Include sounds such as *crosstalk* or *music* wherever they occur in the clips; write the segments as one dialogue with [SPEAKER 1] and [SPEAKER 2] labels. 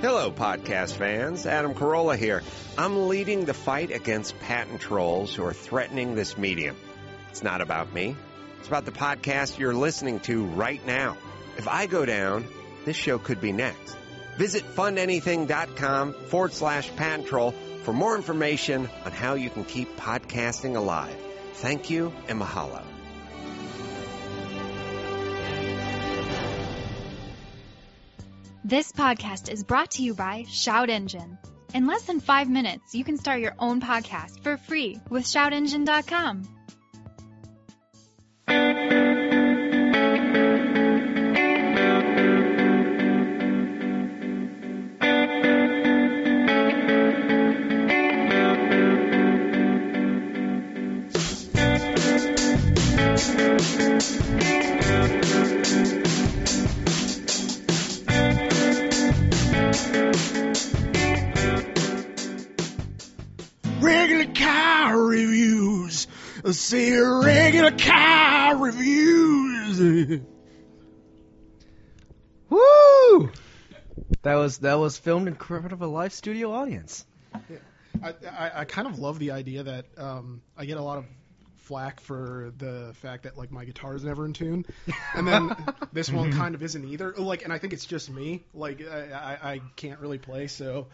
[SPEAKER 1] Hello, podcast fans. Adam Carolla here. I'm leading the fight against patent trolls who are threatening this medium. It's not about me. It's about the podcast you're listening to right now. If I go down, this show could be next. Visit fundanything.com forward slash patent troll for more information on how you can keep podcasting alive. Thank you and mahalo.
[SPEAKER 2] This podcast is brought to you by Shout Engine. In less than five minutes, you can start your own podcast for free with shoutengine.com.
[SPEAKER 3] regular car reviews. I say regular car reviews.
[SPEAKER 4] Woo! That was that was filmed in front of a live studio audience.
[SPEAKER 5] I, I, I kind of love the idea that um, I get a lot of flack for the fact that like my guitar is never in tune, and then this one kind of isn't either. Like, and I think it's just me. Like, I, I, I can't really play, so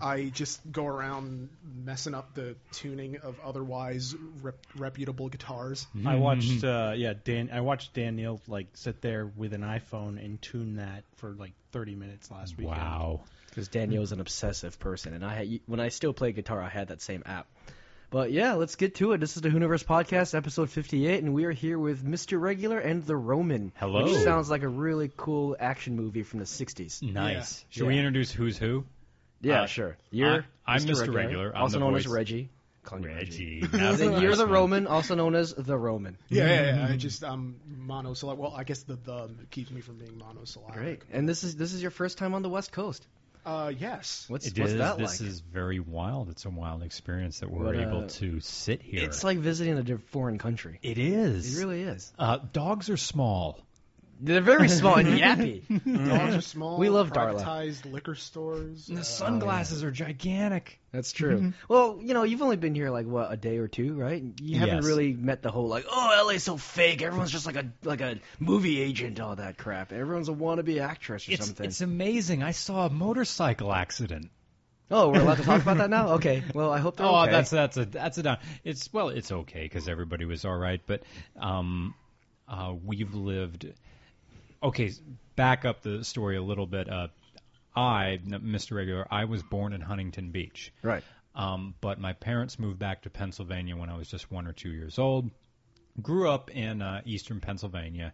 [SPEAKER 5] I just go around messing up the tuning of otherwise rep- reputable guitars.
[SPEAKER 6] I watched
[SPEAKER 7] Mm-hmm.
[SPEAKER 6] uh, yeah Dan. I watched Dan Neal like sit there with an iPhone and tune that for like 30 minutes last week.
[SPEAKER 7] Wow.
[SPEAKER 4] Because Daniel's an obsessive person, and I had, when I still played guitar, I had that same app. But yeah, let's get to it. This is the Hooniverse podcast, episode 58, and we are here with Mr. Regular and the Roman.
[SPEAKER 7] Hello.
[SPEAKER 4] Which sounds like a really cool action movie from the 60s.
[SPEAKER 7] Nice. Should
[SPEAKER 4] Yeah.
[SPEAKER 7] we introduce who's who?
[SPEAKER 4] Yeah,
[SPEAKER 7] Uh,
[SPEAKER 4] sure. You're
[SPEAKER 7] I- I'm Mr. Regular. I'm
[SPEAKER 4] also
[SPEAKER 7] the
[SPEAKER 4] known
[SPEAKER 7] voice-
[SPEAKER 4] as Reggie. Call me *laughs*
[SPEAKER 7] Now
[SPEAKER 4] And
[SPEAKER 7] that
[SPEAKER 4] then you're
[SPEAKER 7] nice
[SPEAKER 4] the
[SPEAKER 7] one.
[SPEAKER 4] Roman, also known as the Roman.
[SPEAKER 5] Yeah, yeah,
[SPEAKER 4] Mm-hmm.
[SPEAKER 5] yeah. I just I'm monosyllabic. Well, I guess the the keeps me from being monosyllabic.
[SPEAKER 4] Great. And this is this is your first time on the West Coast.
[SPEAKER 5] Uh, yes.
[SPEAKER 4] What's
[SPEAKER 7] It
[SPEAKER 4] what's
[SPEAKER 7] is.
[SPEAKER 4] that
[SPEAKER 7] this
[SPEAKER 4] like?
[SPEAKER 7] is very wild. It's a wild experience that we're
[SPEAKER 4] What,
[SPEAKER 7] able
[SPEAKER 4] uh,
[SPEAKER 7] to sit here.
[SPEAKER 4] It's like visiting a diff- foreign country.
[SPEAKER 7] it is.
[SPEAKER 4] It really is.
[SPEAKER 7] Uh, dogs are small.
[SPEAKER 4] They're very small *laughs* and yappy. Mm-hmm.
[SPEAKER 5] Dogs are small.
[SPEAKER 4] We love Darla.
[SPEAKER 5] privatized liquor stores.
[SPEAKER 7] And the
[SPEAKER 5] uh,
[SPEAKER 7] sunglasses are gigantic.
[SPEAKER 4] That's true. Mm-hmm. well, you know, you've only been here like what a day or two, right? You haven't
[SPEAKER 7] Yes.
[SPEAKER 4] really met the whole like, oh, LA's so fake. Everyone's just like a like a movie agent, all that crap. Everyone's a wannabe actress or
[SPEAKER 7] It's,
[SPEAKER 4] something.
[SPEAKER 7] it's amazing. I saw a motorcycle accident.
[SPEAKER 4] Oh, we're allowed to talk about that now. Okay. Well, I *laughs* hope they're
[SPEAKER 7] Oh,
[SPEAKER 4] okay.
[SPEAKER 7] that's that's a that's a down. It's well, it's okay because everybody was all right, but um, uh, we've lived. Okay, s- back up the story a little bit. Uh, I, n- Mr. Regular, I was born in Huntington Beach,
[SPEAKER 4] right.
[SPEAKER 7] um, but my parents moved back to Pennsylvania when I was just one or two years old. Grew up in uh, eastern Pennsylvania,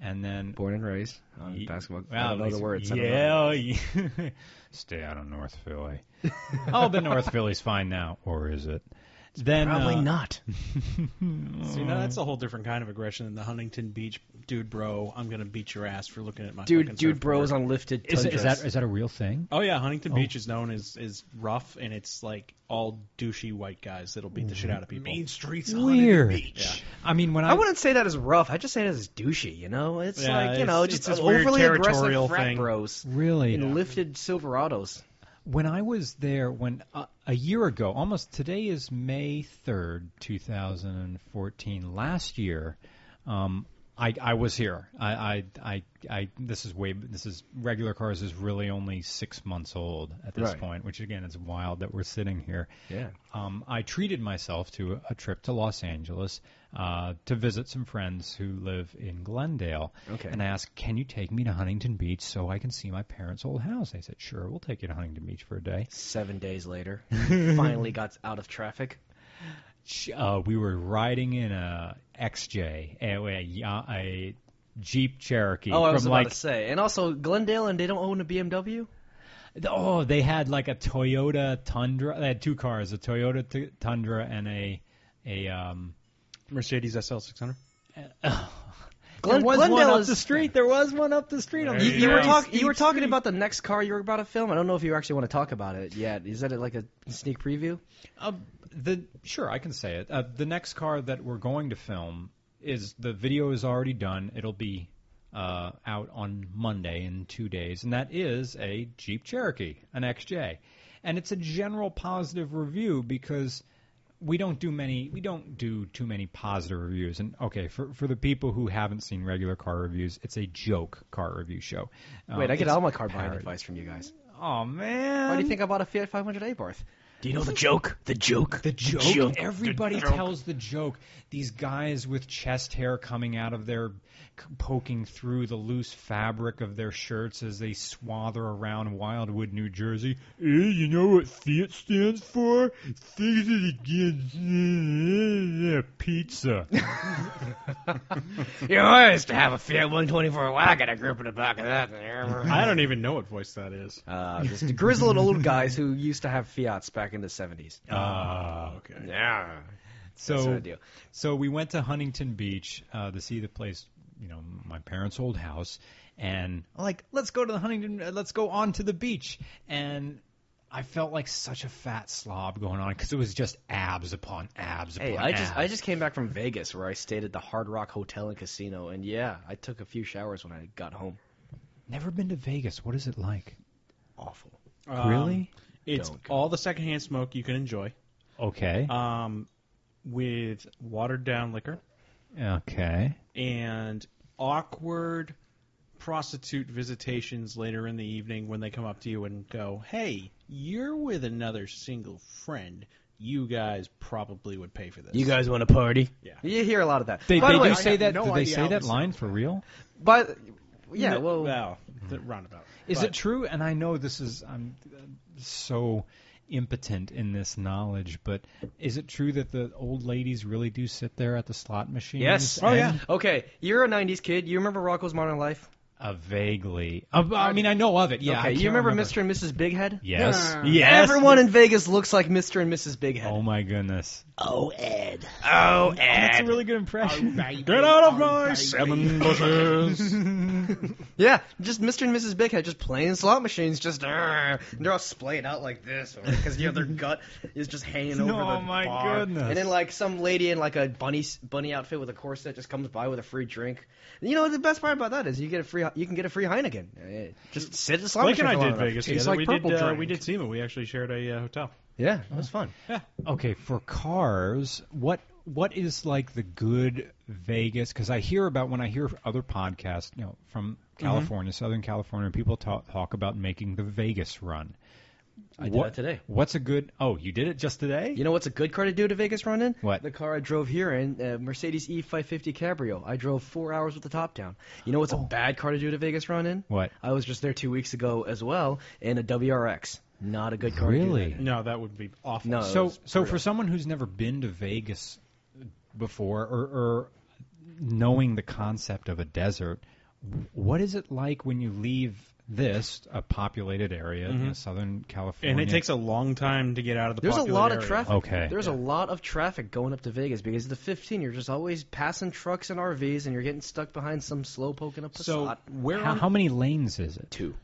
[SPEAKER 7] and then
[SPEAKER 4] Born and raised on
[SPEAKER 7] Ye-
[SPEAKER 4] basketball.
[SPEAKER 7] well,
[SPEAKER 4] I don't
[SPEAKER 7] at
[SPEAKER 4] know the
[SPEAKER 7] least-
[SPEAKER 4] words. I don't know.
[SPEAKER 7] Yeah, yeah. *laughs* stay out of North
[SPEAKER 4] *laughs*
[SPEAKER 7] Philly. oh, but North Philly's fine now, or is it? then
[SPEAKER 4] Probably
[SPEAKER 7] uh,
[SPEAKER 4] not.
[SPEAKER 6] See, now
[SPEAKER 4] Mm.
[SPEAKER 6] that's a whole different kind of aggression than the Huntington Beach dude, bro. I'm gonna beat your ass for looking at my
[SPEAKER 4] Dude, *laughs*
[SPEAKER 6] fucking
[SPEAKER 4] dude,
[SPEAKER 6] surfboard."
[SPEAKER 4] bros on lifted.
[SPEAKER 7] Is, is
[SPEAKER 4] tundras.
[SPEAKER 7] that is that a real thing?
[SPEAKER 6] Oh yeah, Huntington Beach is known as is rough and it's like all douchey white guys that'll beat the
[SPEAKER 4] Mm-hmm.
[SPEAKER 6] shit out of people.
[SPEAKER 5] main streets. of
[SPEAKER 7] Weird.
[SPEAKER 5] Huntington Beach.
[SPEAKER 7] I mean, when I,
[SPEAKER 4] I wouldn't say that as rough. I just say that as douchey. You know, it's
[SPEAKER 6] Yeah,
[SPEAKER 4] like you
[SPEAKER 6] it's-
[SPEAKER 4] know,
[SPEAKER 6] it's
[SPEAKER 4] just
[SPEAKER 6] this weird
[SPEAKER 4] overly aggressive
[SPEAKER 6] territorial
[SPEAKER 4] frat
[SPEAKER 6] thing.
[SPEAKER 4] bros
[SPEAKER 7] really
[SPEAKER 4] in lifted Silverados.
[SPEAKER 7] when I was there when uh, a year ago, almost today is May third, two thousand and fourteen. Last year, um, I, I was here. I, I I I this is way this is regular cars is really only six months old at this
[SPEAKER 4] Right.
[SPEAKER 7] point, which again is wild that we're sitting here.
[SPEAKER 4] Yeah.
[SPEAKER 7] Um, I treated myself to a trip to Los Angeles uh, to visit some friends who live in Glendale.
[SPEAKER 4] Okay.
[SPEAKER 7] And I asked, "Can you take me to Huntington Beach so I can see my parents' old house?" They said, "Sure, we'll take you to Huntington Beach for a day."
[SPEAKER 4] Seven days
[SPEAKER 7] *laughs*
[SPEAKER 4] later, finally got out of traffic.
[SPEAKER 7] Sh- Uh, we were riding in a XJ, a, a, a Jeep Cherokee
[SPEAKER 4] Oh, I was
[SPEAKER 7] from
[SPEAKER 4] about
[SPEAKER 7] like
[SPEAKER 4] to say. And also Glendale, and they don't own a BMW.
[SPEAKER 7] oh, they had like a Toyota Tundra. They had two cars, a Toyota t- Tundra and a a um.
[SPEAKER 6] Mercedes SL six hundred.
[SPEAKER 4] Glen-
[SPEAKER 7] there was
[SPEAKER 4] Glendale
[SPEAKER 7] one up
[SPEAKER 4] is
[SPEAKER 7] the street. There was one up the street. on
[SPEAKER 4] You,
[SPEAKER 7] the
[SPEAKER 4] you were
[SPEAKER 7] very
[SPEAKER 4] talking. You
[SPEAKER 7] steep
[SPEAKER 4] were talking
[SPEAKER 7] street.
[SPEAKER 4] about the next car you were about to film. I don't know if you actually want to talk about it yet. Is that like a sneak preview?
[SPEAKER 7] Uh, the sure, I can say it. Uh, the next car that we're going to film is the video is already done. It'll be uh, out on Monday in two days, and that is a Jeep Cherokee, an XJ, and it's a general positive review because we don't do many we don't do too many positive reviews and okay for for the people who haven't seen regular car reviews it's a joke car review show Um,
[SPEAKER 4] Wait, I get
[SPEAKER 7] it's
[SPEAKER 4] all my car buying
[SPEAKER 7] parody.
[SPEAKER 4] advice from you guys.
[SPEAKER 7] oh man
[SPEAKER 4] Why do you think I bought a Fiat 500 Abarth? Do you know the joke? The joke.
[SPEAKER 7] the joke,
[SPEAKER 4] joke.
[SPEAKER 7] everybody tells the joke these guys with chest hair coming out of their c- poking through the loose fabric of their shirts as they swather around wildwood new jersey Eh, you know what fiat stands for things that again *laughs* pizza
[SPEAKER 4] You always to have a Fiat 120 for a wagon, a group in the back of that.
[SPEAKER 6] *laughs* I don't even know what voice that is.
[SPEAKER 4] *laughs* Uh, just grizzled old guys who used to have Fiats back in the 70s.
[SPEAKER 7] Ah,
[SPEAKER 6] okay.
[SPEAKER 4] Yeah. That's what I
[SPEAKER 7] so
[SPEAKER 4] do.
[SPEAKER 7] So we went to Huntington Beach uh, to see the place, you know, my parents' old house, and like let's go to the Huntington, uh, let's go on to the beach, and I felt like such a fat slob going on because it was just abs upon abs upon
[SPEAKER 4] Hey, I
[SPEAKER 7] abs.
[SPEAKER 4] just I just came back from Vegas where I stayed at the Hard Rock Hotel and Casino, and yeah, I took a few showers when I got home.
[SPEAKER 7] never been to Vegas. What is it like?
[SPEAKER 4] Awful.
[SPEAKER 6] Um,
[SPEAKER 7] really?
[SPEAKER 6] It's
[SPEAKER 4] Don't go.
[SPEAKER 6] all the secondhand smoke you can enjoy
[SPEAKER 7] Okay.
[SPEAKER 6] um, with watered down liquor
[SPEAKER 7] okay.
[SPEAKER 6] and awkward prostitute visitations later in the evening when they come up to you and go, hey, you're with another single friend. You guys probably would pay for this.
[SPEAKER 4] guys want to party?
[SPEAKER 6] Yeah.
[SPEAKER 4] You hear a lot of that.
[SPEAKER 7] They,
[SPEAKER 4] by
[SPEAKER 7] they
[SPEAKER 4] the way,
[SPEAKER 7] do say
[SPEAKER 5] have
[SPEAKER 7] that.
[SPEAKER 5] no
[SPEAKER 7] do they
[SPEAKER 5] idea
[SPEAKER 7] say
[SPEAKER 5] how
[SPEAKER 7] that uh,
[SPEAKER 5] this
[SPEAKER 7] line for real?
[SPEAKER 4] by, yeah,
[SPEAKER 6] No,
[SPEAKER 4] well,
[SPEAKER 6] well,
[SPEAKER 4] Hmm.
[SPEAKER 6] the roundabout.
[SPEAKER 7] Is
[SPEAKER 6] But-
[SPEAKER 7] it true? And I know this is I'm uh, so impotent in this knowledge, but is it true that the old ladies really do sit there at the slot machines?
[SPEAKER 4] yes. Oh,
[SPEAKER 7] and-
[SPEAKER 4] Okay, you're a '90s kid. You remember Rocco's Modern Life?
[SPEAKER 7] Uh, vaguely. Uh, I mean, I know of it. Yeah. I
[SPEAKER 4] Okay,
[SPEAKER 7] can't
[SPEAKER 4] you remember, Mr. and Mrs. Bighead?
[SPEAKER 7] Yes.
[SPEAKER 5] Nah.
[SPEAKER 6] Yes.
[SPEAKER 4] Everyone in Vegas looks like Mr. and Mrs. Bighead.
[SPEAKER 7] Oh my goodness.
[SPEAKER 4] Oh, Ed. Oh, Ed.
[SPEAKER 7] That's a really good impression.
[SPEAKER 6] Get out of my seven bushes.
[SPEAKER 4] Yeah, just Mr. and Mrs. Bighead just playing slot machines, just "Arr," and they're all splayed out like this because you know their gut is just hanging
[SPEAKER 6] *laughs*
[SPEAKER 4] over
[SPEAKER 7] Oh
[SPEAKER 4] the
[SPEAKER 7] my
[SPEAKER 4] bar.
[SPEAKER 7] goodness.
[SPEAKER 4] And then like some lady in like a bunny bunny outfit with a corset just comes by with a free drink. And, you know the best part about that is you get a free you can get a free Heineken. Eh, Just sit at the slot
[SPEAKER 6] Blake and I
[SPEAKER 4] machine. for
[SPEAKER 6] did
[SPEAKER 4] long enough.
[SPEAKER 6] Vegas together.
[SPEAKER 5] like
[SPEAKER 6] we,
[SPEAKER 5] purple
[SPEAKER 6] did, uh,
[SPEAKER 5] drink.
[SPEAKER 6] we did SEMA. We actually shared a uh, hotel.
[SPEAKER 4] Yeah, it was fun.
[SPEAKER 7] okay, for cars, what what is like the good Vegas? Because I hear about when I hear other podcasts, you know, from
[SPEAKER 4] Mm-hmm.
[SPEAKER 7] California, Southern California, people talk talk about making the Vegas run.
[SPEAKER 4] I did that today.
[SPEAKER 7] What's a good? Oh, you did it just today?
[SPEAKER 4] You know what's a good car to do to Vegas run in?
[SPEAKER 7] What?
[SPEAKER 4] The car I drove here in, uh, Mercedes E550 Cabrio. I drove four hours with the top down. You know what's
[SPEAKER 6] Oh.
[SPEAKER 4] a bad car to do to Vegas run in?
[SPEAKER 7] What?
[SPEAKER 4] I was just there two weeks ago as well in a WRX. Not a good car. To do
[SPEAKER 7] Really?
[SPEAKER 4] that in.
[SPEAKER 6] No, that would be awful.
[SPEAKER 4] No. uh, it
[SPEAKER 7] So,
[SPEAKER 4] was
[SPEAKER 7] so
[SPEAKER 4] brutal.
[SPEAKER 7] for someone who's never been to Vegas before, or, or knowing the concept of a desert, what is it like when you leave this a populated area,
[SPEAKER 4] Mm-hmm.
[SPEAKER 7] you know, Southern
[SPEAKER 6] And
[SPEAKER 7] California?
[SPEAKER 6] it takes a long time to get out of the
[SPEAKER 4] There's a
[SPEAKER 6] popular
[SPEAKER 4] lot of
[SPEAKER 6] area.
[SPEAKER 4] traffic.
[SPEAKER 7] Okay.
[SPEAKER 4] There's a lot of traffic going up to Vegas because the 15, you're just always passing trucks and RVs, and you're getting stuck behind some slow poking up the
[SPEAKER 6] So
[SPEAKER 4] slot.
[SPEAKER 6] where
[SPEAKER 7] how,
[SPEAKER 6] on
[SPEAKER 7] how many lanes is it?
[SPEAKER 4] Two.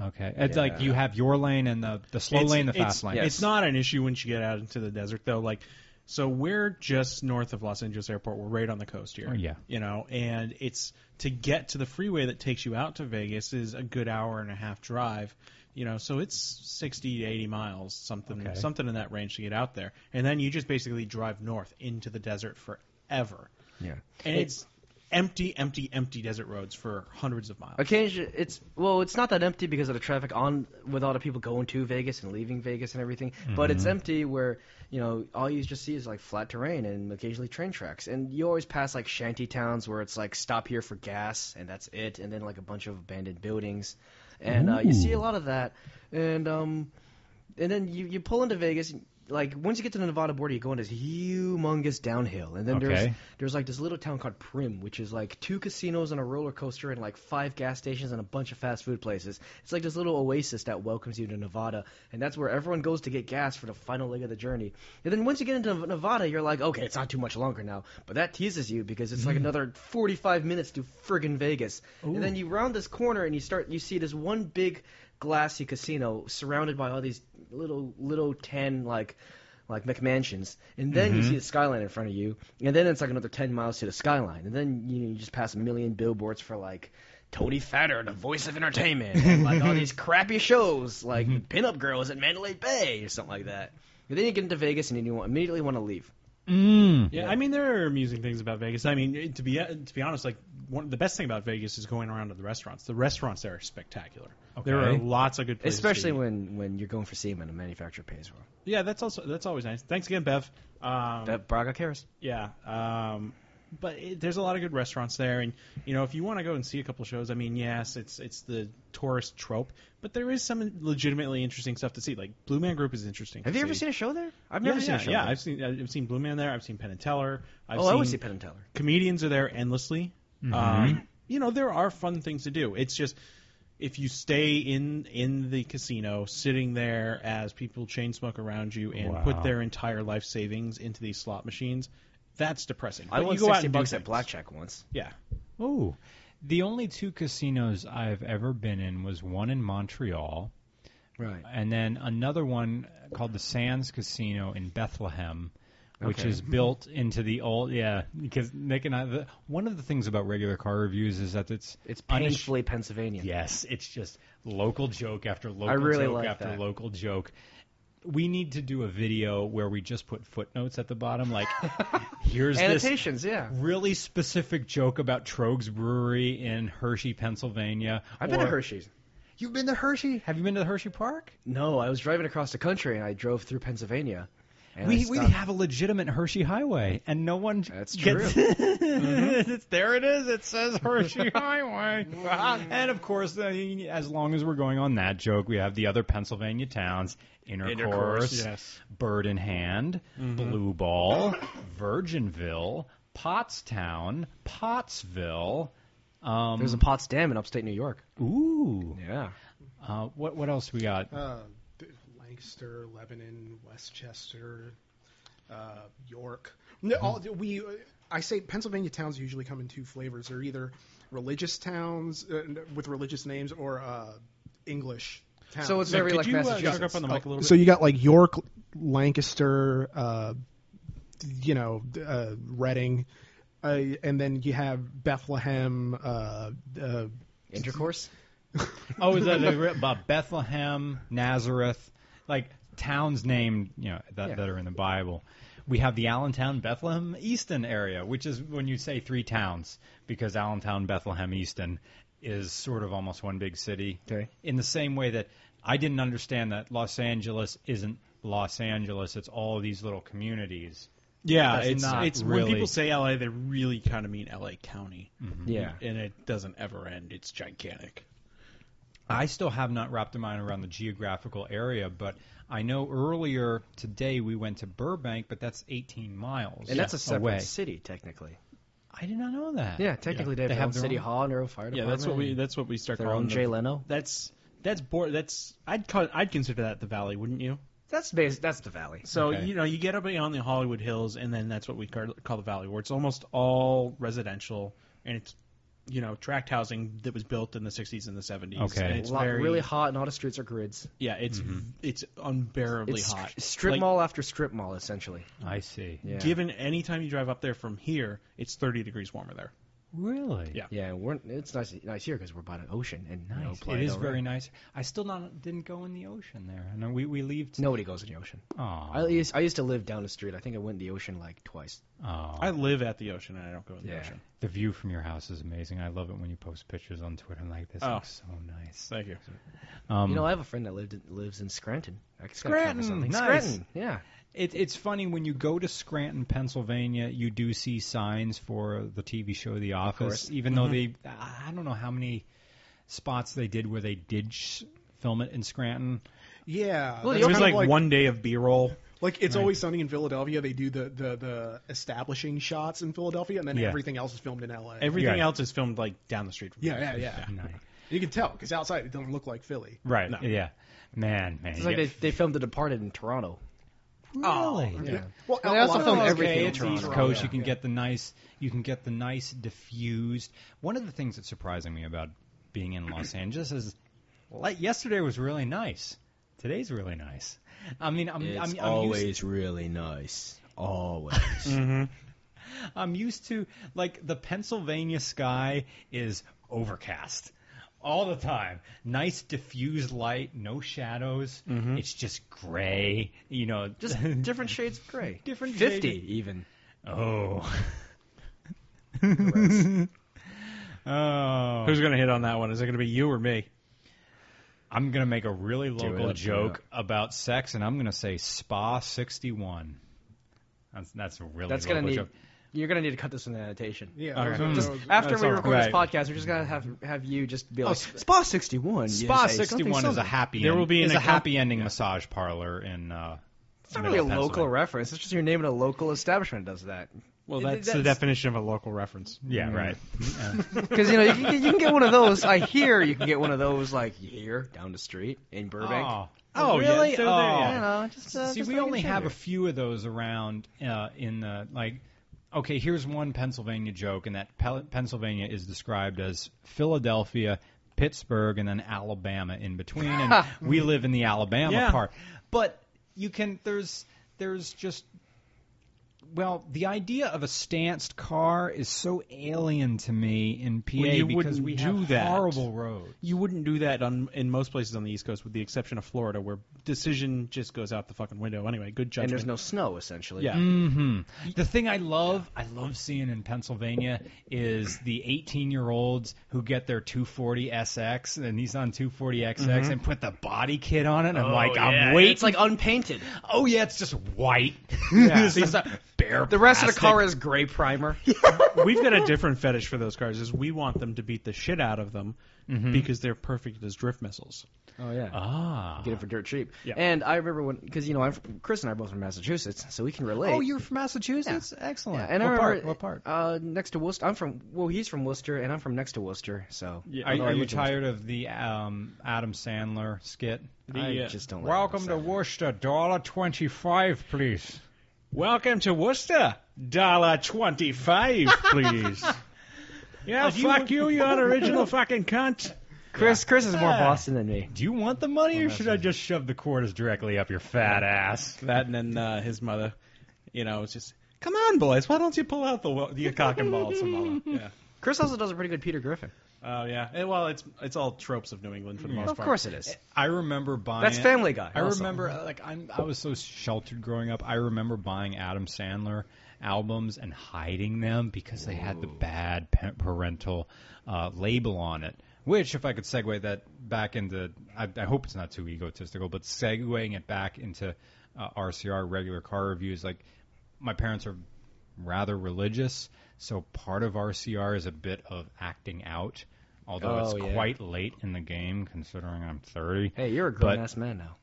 [SPEAKER 7] Okay, it's like you have your lane and the the slow lane, the fast
[SPEAKER 6] it's,
[SPEAKER 7] lane.
[SPEAKER 6] It's not an issue once you get out into the desert, though. Like, so we're just north of Los Angeles Airport. We're right on the coast here.
[SPEAKER 7] Oh, yeah.
[SPEAKER 6] You know, and it's to get to the freeway that takes you out to Vegas is a good hour and a half drive. You know, so it's 60 to 80 miles, something
[SPEAKER 7] Okay.
[SPEAKER 6] something in that range to get out there, and then you just basically drive north into the desert forever.
[SPEAKER 4] Yeah.
[SPEAKER 6] And it's empty, empty, empty desert roads for hundreds of miles.
[SPEAKER 4] Occasion it's well, it's not that empty because of the traffic on with all the people going to Vegas and leaving Vegas and everything. But it's empty where you know all you just see is like flat terrain and occasionally train tracks. And you always pass like shanty towns where it's like stop here for gas and that's it, and then like a bunch of abandoned buildings, and uh, you see a lot of that. And um, and then you you pull into Vegas. Like once you get to the Nevada border, you go on this humongous downhill, and then there's
[SPEAKER 7] Okay.
[SPEAKER 4] there's like this little town called Prim, which is like two casinos and a roller coaster and like five gas stations and a bunch of fast food places. It's like this little oasis that welcomes you to Nevada, and that's where everyone goes to get gas for the final leg of the journey. And then once you get into Nevada, you're like, okay, it's not too much longer now. But that teases you because it's like another 45 minutes to friggin' Vegas. And then you round this corner and you start, you see this one big glassy casino surrounded by all these little little ten like like McMansions, and then you see the skyline in front of you, and then it's like another ten miles to the skyline, and then you, know, you just pass a million billboards for like Tony Fatter, the voice of entertainment, and like all
[SPEAKER 6] *laughs*
[SPEAKER 4] these crappy shows like
[SPEAKER 6] Mm-hmm.
[SPEAKER 4] Pinup Girls at Mandalay Bay or something like that. And then you get into Vegas and you wa- immediately want to leave.
[SPEAKER 7] Mm.
[SPEAKER 6] Yeah, I mean there are amusing things about Vegas. I mean it- to be to be honest, like one the best thing about Vegas is going around to the restaurants. The restaurants there are spectacular. There are
[SPEAKER 7] Okay.
[SPEAKER 6] lots of good places. to
[SPEAKER 4] Especially
[SPEAKER 6] eat.
[SPEAKER 4] when, when you're going for semen, the manufacturer pays for it.
[SPEAKER 6] yeah, that's also that's always nice. Thanks again, Bev. Um,
[SPEAKER 4] That Braga cares.
[SPEAKER 6] Yeah. Um, but it, there's a lot of good restaurants there, and you know if you want to go and see a couple shows, I mean, yes, it's it's the tourist trope, but there is some legitimately interesting stuff to see. Like Blue Man Group is interesting.
[SPEAKER 4] Have
[SPEAKER 6] to
[SPEAKER 4] you ever
[SPEAKER 6] see.
[SPEAKER 4] seen a show there? I've
[SPEAKER 6] Yeah,
[SPEAKER 4] never seen
[SPEAKER 6] yeah,
[SPEAKER 4] a show.
[SPEAKER 6] yeah.
[SPEAKER 4] there.
[SPEAKER 6] I've seen I've seen Blue Man there. I've seen Penn and Teller. I've
[SPEAKER 4] oh,
[SPEAKER 6] seen
[SPEAKER 4] I always see Penn and Teller.
[SPEAKER 6] comedians are there endlessly. Um, you know, there are fun things to do. It's just if you stay in in the casino, sitting there as people chain smoke around you and
[SPEAKER 7] Wow.
[SPEAKER 6] put their entire life savings into these slot machines, that's depressing.
[SPEAKER 4] I
[SPEAKER 6] But
[SPEAKER 4] won
[SPEAKER 6] you go out
[SPEAKER 4] sixty
[SPEAKER 6] and do
[SPEAKER 4] bucks at
[SPEAKER 6] things.
[SPEAKER 4] blackjack once.
[SPEAKER 6] Yeah,
[SPEAKER 7] Oh, the only two casinos I've ever been in was one in Montreal,
[SPEAKER 4] Right.
[SPEAKER 7] and then another one called the Sands Casino in Bethlehem, which
[SPEAKER 4] Okay.
[SPEAKER 7] is built into the old. Yeah, because Nick and I, the, one of the things about regular car reviews is that it's
[SPEAKER 4] It's
[SPEAKER 7] uninsure-
[SPEAKER 4] painfully Pennsylvania.
[SPEAKER 7] Yes, it's just local joke after local
[SPEAKER 4] really
[SPEAKER 7] joke
[SPEAKER 4] like
[SPEAKER 7] after
[SPEAKER 4] that.
[SPEAKER 7] local joke. We need to do a video where we just put footnotes at the
[SPEAKER 4] *laughs*
[SPEAKER 7] bottom, like here's this
[SPEAKER 4] Annotations, yeah.
[SPEAKER 7] really specific joke about Trogs Brewery in Hershey, Pennsylvania.
[SPEAKER 4] I've been
[SPEAKER 7] or-
[SPEAKER 4] to Hershey's.
[SPEAKER 7] You've been to Hershey? Have you been to Hershey Park?
[SPEAKER 4] No, I was driving across the country and I drove through Pennsylvania. And I
[SPEAKER 7] We, we
[SPEAKER 4] stopped-
[SPEAKER 7] have a legitimate Hershey Highway, and no one
[SPEAKER 4] That's
[SPEAKER 7] *laughs* gets-
[SPEAKER 4] true. Mm-hmm.
[SPEAKER 7] it's, there it is. It says
[SPEAKER 4] *laughs*
[SPEAKER 7] Hershey Highway.
[SPEAKER 4] Mm.
[SPEAKER 7] and of course, I mean, as long as we're going on that joke, we have the other Pennsylvania towns: Intercourse,
[SPEAKER 6] Intercourse, yes.
[SPEAKER 7] Bird in Hand,
[SPEAKER 4] Mm-hmm.
[SPEAKER 7] Blue Ball, Virginville, Pottstown, Pottsville. Um,
[SPEAKER 4] There's a Potts Dam in upstate New York.
[SPEAKER 7] ooh.
[SPEAKER 4] Yeah.
[SPEAKER 7] Uh, what what else we got?
[SPEAKER 5] Uh, th- Lancaster, Lebanon, Westchester, uh, York. No, all,
[SPEAKER 4] Mm-hmm.
[SPEAKER 5] we. I say Pennsylvania towns usually come in two flavors. They're either religious towns uh, with religious names or uh, English towns.
[SPEAKER 4] So it's very
[SPEAKER 6] Could
[SPEAKER 4] like
[SPEAKER 6] you uh,
[SPEAKER 4] Massachusetts.
[SPEAKER 6] jerk up on the mic a little bit?
[SPEAKER 5] So you got like York, Lancaster, uh, you know, uh, Reading, uh, and then you have Bethlehem. Uh, uh,
[SPEAKER 4] Intercourse?
[SPEAKER 7] Oh, is that a, about Bethlehem, Nazareth, like towns named you know that,
[SPEAKER 4] Yeah.
[SPEAKER 7] that are in the Bible? We have the Allentown, Bethlehem, Easton area, which is when you say three towns because Allentown, Bethlehem, Easton is sort of almost one big city.
[SPEAKER 4] Okay.
[SPEAKER 7] In the same way that I didn't understand that Los Angeles isn't Los Angeles; it's all these little communities.
[SPEAKER 6] yeah,
[SPEAKER 7] That's
[SPEAKER 6] it's
[SPEAKER 7] not
[SPEAKER 6] it's
[SPEAKER 7] really-
[SPEAKER 6] when people say LA, they really kind of mean LA County,
[SPEAKER 4] Yeah.
[SPEAKER 6] and it doesn't ever end. It's gigantic.
[SPEAKER 7] I still have not wrapped my mind around the geographical area, but I know earlier today we went to Burbank, but that's 18 miles.
[SPEAKER 4] And that's a separate
[SPEAKER 7] away.
[SPEAKER 4] city, technically.
[SPEAKER 7] I did not know that.
[SPEAKER 4] Yeah, technically they have, their own
[SPEAKER 7] their
[SPEAKER 4] City
[SPEAKER 7] own-
[SPEAKER 4] Hall and their own fire
[SPEAKER 6] Yeah,
[SPEAKER 4] department.
[SPEAKER 6] that's what we that's what we start
[SPEAKER 4] Their
[SPEAKER 6] calling
[SPEAKER 4] own
[SPEAKER 6] the-
[SPEAKER 4] Jay Leno.
[SPEAKER 6] That's that's board. That's I'd call, I'd consider that the Valley, wouldn't you?
[SPEAKER 4] That's bas that's the valley.
[SPEAKER 6] So
[SPEAKER 7] Okay.
[SPEAKER 6] you know, you get up beyond the Hollywood Hills, and then that's what we car- call the Valley, where it's almost all residential, and it's you know tract housing that was built in the 60s and the 70s.
[SPEAKER 7] Okay.
[SPEAKER 6] and it's
[SPEAKER 4] Lot-
[SPEAKER 6] very
[SPEAKER 4] really hot, and all the streets are grids.
[SPEAKER 6] yeah, it's it's unbearably
[SPEAKER 4] It's
[SPEAKER 6] hot.
[SPEAKER 4] stri- strip
[SPEAKER 6] Like,
[SPEAKER 4] mall after strip mall, essentially.
[SPEAKER 7] I see.
[SPEAKER 4] Yeah.
[SPEAKER 6] Given any time you drive up there from here, it's 30 degrees warmer there.
[SPEAKER 7] Really?
[SPEAKER 6] Yeah.
[SPEAKER 4] Yeah, we're, it's nice nice here because we're by the ocean and no
[SPEAKER 7] Nice.
[SPEAKER 4] playa
[SPEAKER 7] it is
[SPEAKER 4] del Rey.
[SPEAKER 7] very nice. I still not didn't go in the ocean there. And we we leaved.
[SPEAKER 4] Nobody goes in the ocean.
[SPEAKER 7] Aw.
[SPEAKER 4] I used, I used to live down the street. I think I went in the ocean like twice.
[SPEAKER 7] Aw.
[SPEAKER 6] I live at the ocean, and I don't go in the
[SPEAKER 4] Yeah.
[SPEAKER 6] ocean.
[SPEAKER 7] the view from your house is amazing. I love it when you post pictures on Twitter. I'm like, this
[SPEAKER 6] Oh.
[SPEAKER 7] looks so nice.
[SPEAKER 6] Thank you.
[SPEAKER 7] Um,
[SPEAKER 4] You know, I have a friend that lived in, lives in Scranton. I guess that
[SPEAKER 7] Scranton,
[SPEAKER 4] counts as something.
[SPEAKER 7] nice.
[SPEAKER 4] Scranton, yeah.
[SPEAKER 7] It, it's funny when you go to Scranton, Pennsylvania, you do see signs for the TV show The Office,
[SPEAKER 4] course.
[SPEAKER 7] even though they, I don't know how many spots they did where they did sh- film it in Scranton.
[SPEAKER 5] yeah,
[SPEAKER 4] Well,
[SPEAKER 5] that's
[SPEAKER 4] the
[SPEAKER 6] It was
[SPEAKER 5] kind of
[SPEAKER 6] like, one day of B-roll.
[SPEAKER 5] Like it's always sunny in Philadelphia. They do the, the, the establishing shots in Philadelphia, and then
[SPEAKER 7] Yeah.
[SPEAKER 5] everything else is filmed in L.A.
[SPEAKER 6] Everything
[SPEAKER 7] Yeah.
[SPEAKER 6] else is filmed like down the street from
[SPEAKER 5] yeah,
[SPEAKER 6] here.
[SPEAKER 5] yeah, yeah.
[SPEAKER 7] Nice.
[SPEAKER 5] You can tell because outside it doesn't look like Philly.
[SPEAKER 7] Right.
[SPEAKER 6] No.
[SPEAKER 7] Yeah. Man, man.
[SPEAKER 4] It's like they, they filmed The Departed in Toronto.
[SPEAKER 7] really.
[SPEAKER 4] Yeah.
[SPEAKER 5] Well,
[SPEAKER 4] Well, they also
[SPEAKER 5] a lot of
[SPEAKER 4] film
[SPEAKER 5] those-
[SPEAKER 4] everything
[SPEAKER 7] okay,
[SPEAKER 4] in
[SPEAKER 7] it's
[SPEAKER 4] Toronto.
[SPEAKER 7] East Coast.
[SPEAKER 5] Yeah.
[SPEAKER 7] You can get the nice. You can get the nice diffused. One of the
[SPEAKER 4] *clears throat*
[SPEAKER 7] things that's surprising me about being in Los Angeles is, like yesterday was really nice. Today's really nice. I mean, I'm I'm, I'm, used-
[SPEAKER 4] really nice. Always.
[SPEAKER 7] I'm used to like the Pennsylvania sky is overcast all the time. Nice diffused light, no shadows. It's just gray, you
[SPEAKER 4] *laughs*
[SPEAKER 7] know.
[SPEAKER 4] Mm-hmm. *laughs* Just different shades of gray.
[SPEAKER 7] different
[SPEAKER 4] Fifty
[SPEAKER 7] shade.
[SPEAKER 4] even.
[SPEAKER 7] *laughs* Oh. oh.
[SPEAKER 6] *laughs* Who's gonna hit on that one? Is it gonna be you or me?
[SPEAKER 7] I'm gonna make a really
[SPEAKER 4] it
[SPEAKER 7] local
[SPEAKER 4] up, do
[SPEAKER 7] joke about sex, and I'm gonna say Spa 61. That's that's a really
[SPEAKER 4] That's
[SPEAKER 7] local
[SPEAKER 4] gonna need.
[SPEAKER 7] joke.
[SPEAKER 4] You're gonna need to cut this in the annotation.
[SPEAKER 5] Yeah.
[SPEAKER 6] Okay.
[SPEAKER 5] I was gonna
[SPEAKER 6] Just
[SPEAKER 5] go-
[SPEAKER 4] After
[SPEAKER 6] That's
[SPEAKER 4] we
[SPEAKER 6] all
[SPEAKER 4] record
[SPEAKER 6] right.
[SPEAKER 4] this podcast, we're just gonna have have you just be like
[SPEAKER 5] sp-
[SPEAKER 4] Oh, Spa 61.
[SPEAKER 7] Spa 61 is a happy.
[SPEAKER 6] There
[SPEAKER 7] end-
[SPEAKER 6] will be an
[SPEAKER 7] is a
[SPEAKER 6] account-
[SPEAKER 7] happy ending massage parlor in. Uh,
[SPEAKER 4] It's not really a
[SPEAKER 7] Middle
[SPEAKER 4] local
[SPEAKER 7] Pennsylvania.
[SPEAKER 4] reference. It's just your name in a local establishment does *laughs* that.
[SPEAKER 6] Well,
[SPEAKER 4] Th-
[SPEAKER 6] that's, the
[SPEAKER 4] that's-
[SPEAKER 6] definition of a local reference.
[SPEAKER 7] Yeah, right.
[SPEAKER 4] Because you know you can, get- you can get one of those. I hear you can get one of those like here down the street in Burbank.
[SPEAKER 7] Oh,
[SPEAKER 6] Oh, yeah,
[SPEAKER 7] really?
[SPEAKER 6] so there-
[SPEAKER 7] oh.
[SPEAKER 6] yeah.
[SPEAKER 4] You know, just, uh,
[SPEAKER 7] See,
[SPEAKER 4] just
[SPEAKER 7] we
[SPEAKER 4] like
[SPEAKER 7] only
[SPEAKER 4] in
[SPEAKER 7] have a
[SPEAKER 4] Denver.
[SPEAKER 7] few of those around uh, in the like. Okay, here's one Pennsylvania joke, and that Pel- Pennsylvania is described as Philadelphia, Pittsburgh, and then Alabama in between, and
[SPEAKER 6] *laughs*
[SPEAKER 7] we live in the Alabama
[SPEAKER 6] Yeah.
[SPEAKER 7] part. But you can there's there's just well the idea of a stanced car is so alien to me in PA
[SPEAKER 6] you
[SPEAKER 7] because
[SPEAKER 6] wouldn't
[SPEAKER 7] we
[SPEAKER 6] do
[SPEAKER 7] have
[SPEAKER 6] that.
[SPEAKER 7] horrible roads.
[SPEAKER 6] You wouldn't do that on in most places on the East Coast, with the exception of Florida, where decision just goes out the fucking window. Anyway, good judgment.
[SPEAKER 4] and there's no snow essentially. Mm.
[SPEAKER 6] Yeah.
[SPEAKER 7] hmm The thing I love, I love seeing in Pennsylvania is the 18 year olds who get their 240 SX, the Nissan 240 XX, and put the body kit on it. And I'm like, I'm
[SPEAKER 4] Mm-hmm.
[SPEAKER 7] waiting.
[SPEAKER 4] Oh, It's like unpainted.
[SPEAKER 7] oh yeah, it's just
[SPEAKER 4] *laughs*
[SPEAKER 7] white. *laughs* it's just a bare.
[SPEAKER 4] The rest of the
[SPEAKER 7] plastic.
[SPEAKER 4] car is gray primer.
[SPEAKER 6] *laughs* We've got a different fetish for those cars. Is we want them to beat the shit out of them because they're perfect as drift missiles.
[SPEAKER 4] Oh yeah.
[SPEAKER 7] *laughs* Ah.
[SPEAKER 4] Get it for dirt cheap.
[SPEAKER 6] Yeah.
[SPEAKER 4] And I remember when, because you know, I'm from, Chris and I are both from Massachusetts, so we can relate.
[SPEAKER 7] Oh, you're from Massachusetts. Excellent.
[SPEAKER 4] Yeah, and
[SPEAKER 7] what
[SPEAKER 4] I
[SPEAKER 7] part?
[SPEAKER 4] remember,
[SPEAKER 7] What part?
[SPEAKER 4] Uh, next to Worcester. I'm from. Well, he's from Worcester, and I'm from next to Worcester. So
[SPEAKER 7] are,
[SPEAKER 4] although I
[SPEAKER 7] are you
[SPEAKER 4] lived in Worcester.
[SPEAKER 7] tired of the um, Adam Sandler skit?
[SPEAKER 4] I
[SPEAKER 6] The, uh,
[SPEAKER 4] just don't. like
[SPEAKER 7] Welcome to
[SPEAKER 4] Worcester.
[SPEAKER 7] Worcester, dollar twenty-five, please.
[SPEAKER 6] Welcome to Worcester. Dollar twenty-five, please.
[SPEAKER 7] Oh,
[SPEAKER 6] yeah, fuck
[SPEAKER 7] *laughs*
[SPEAKER 6] you, you unoriginal fucking cunt.
[SPEAKER 4] Chris. Chris is more
[SPEAKER 7] Ah.
[SPEAKER 4] Boston than me.
[SPEAKER 7] Do you want the money, or should I just shove the quarters directly up your fat ass?
[SPEAKER 6] That and then uh, his mother, you know, it's just, come on, boys, why don't you pull out the wa- your cock and balls, *laughs* Mama? Yeah.
[SPEAKER 4] Chris also does a pretty good Peter Griffin.
[SPEAKER 6] Oh yeah. Eh, well, it's it's all tropes of New England for the most
[SPEAKER 4] Of
[SPEAKER 6] part.
[SPEAKER 4] course it is.
[SPEAKER 7] I remember buying.
[SPEAKER 4] That's Family Guy.
[SPEAKER 7] I
[SPEAKER 4] also.
[SPEAKER 7] remember uh, like I'm, I was so sheltered growing up. I remember buying Adam Sandler albums and hiding them because they had the bad pa- parental uh, label on it. Which, if I could segue that back into, I, I hope it's not too egotistical, but segueing it back into uh, RCR regular car reviews, like my parents are rather religious, so part of RCR is a bit of acting out. Although it's
[SPEAKER 4] Oh, yeah.
[SPEAKER 7] quite late in the game, considering I'm 30.
[SPEAKER 4] Hey, you're a
[SPEAKER 7] But-
[SPEAKER 4] grown ass man now.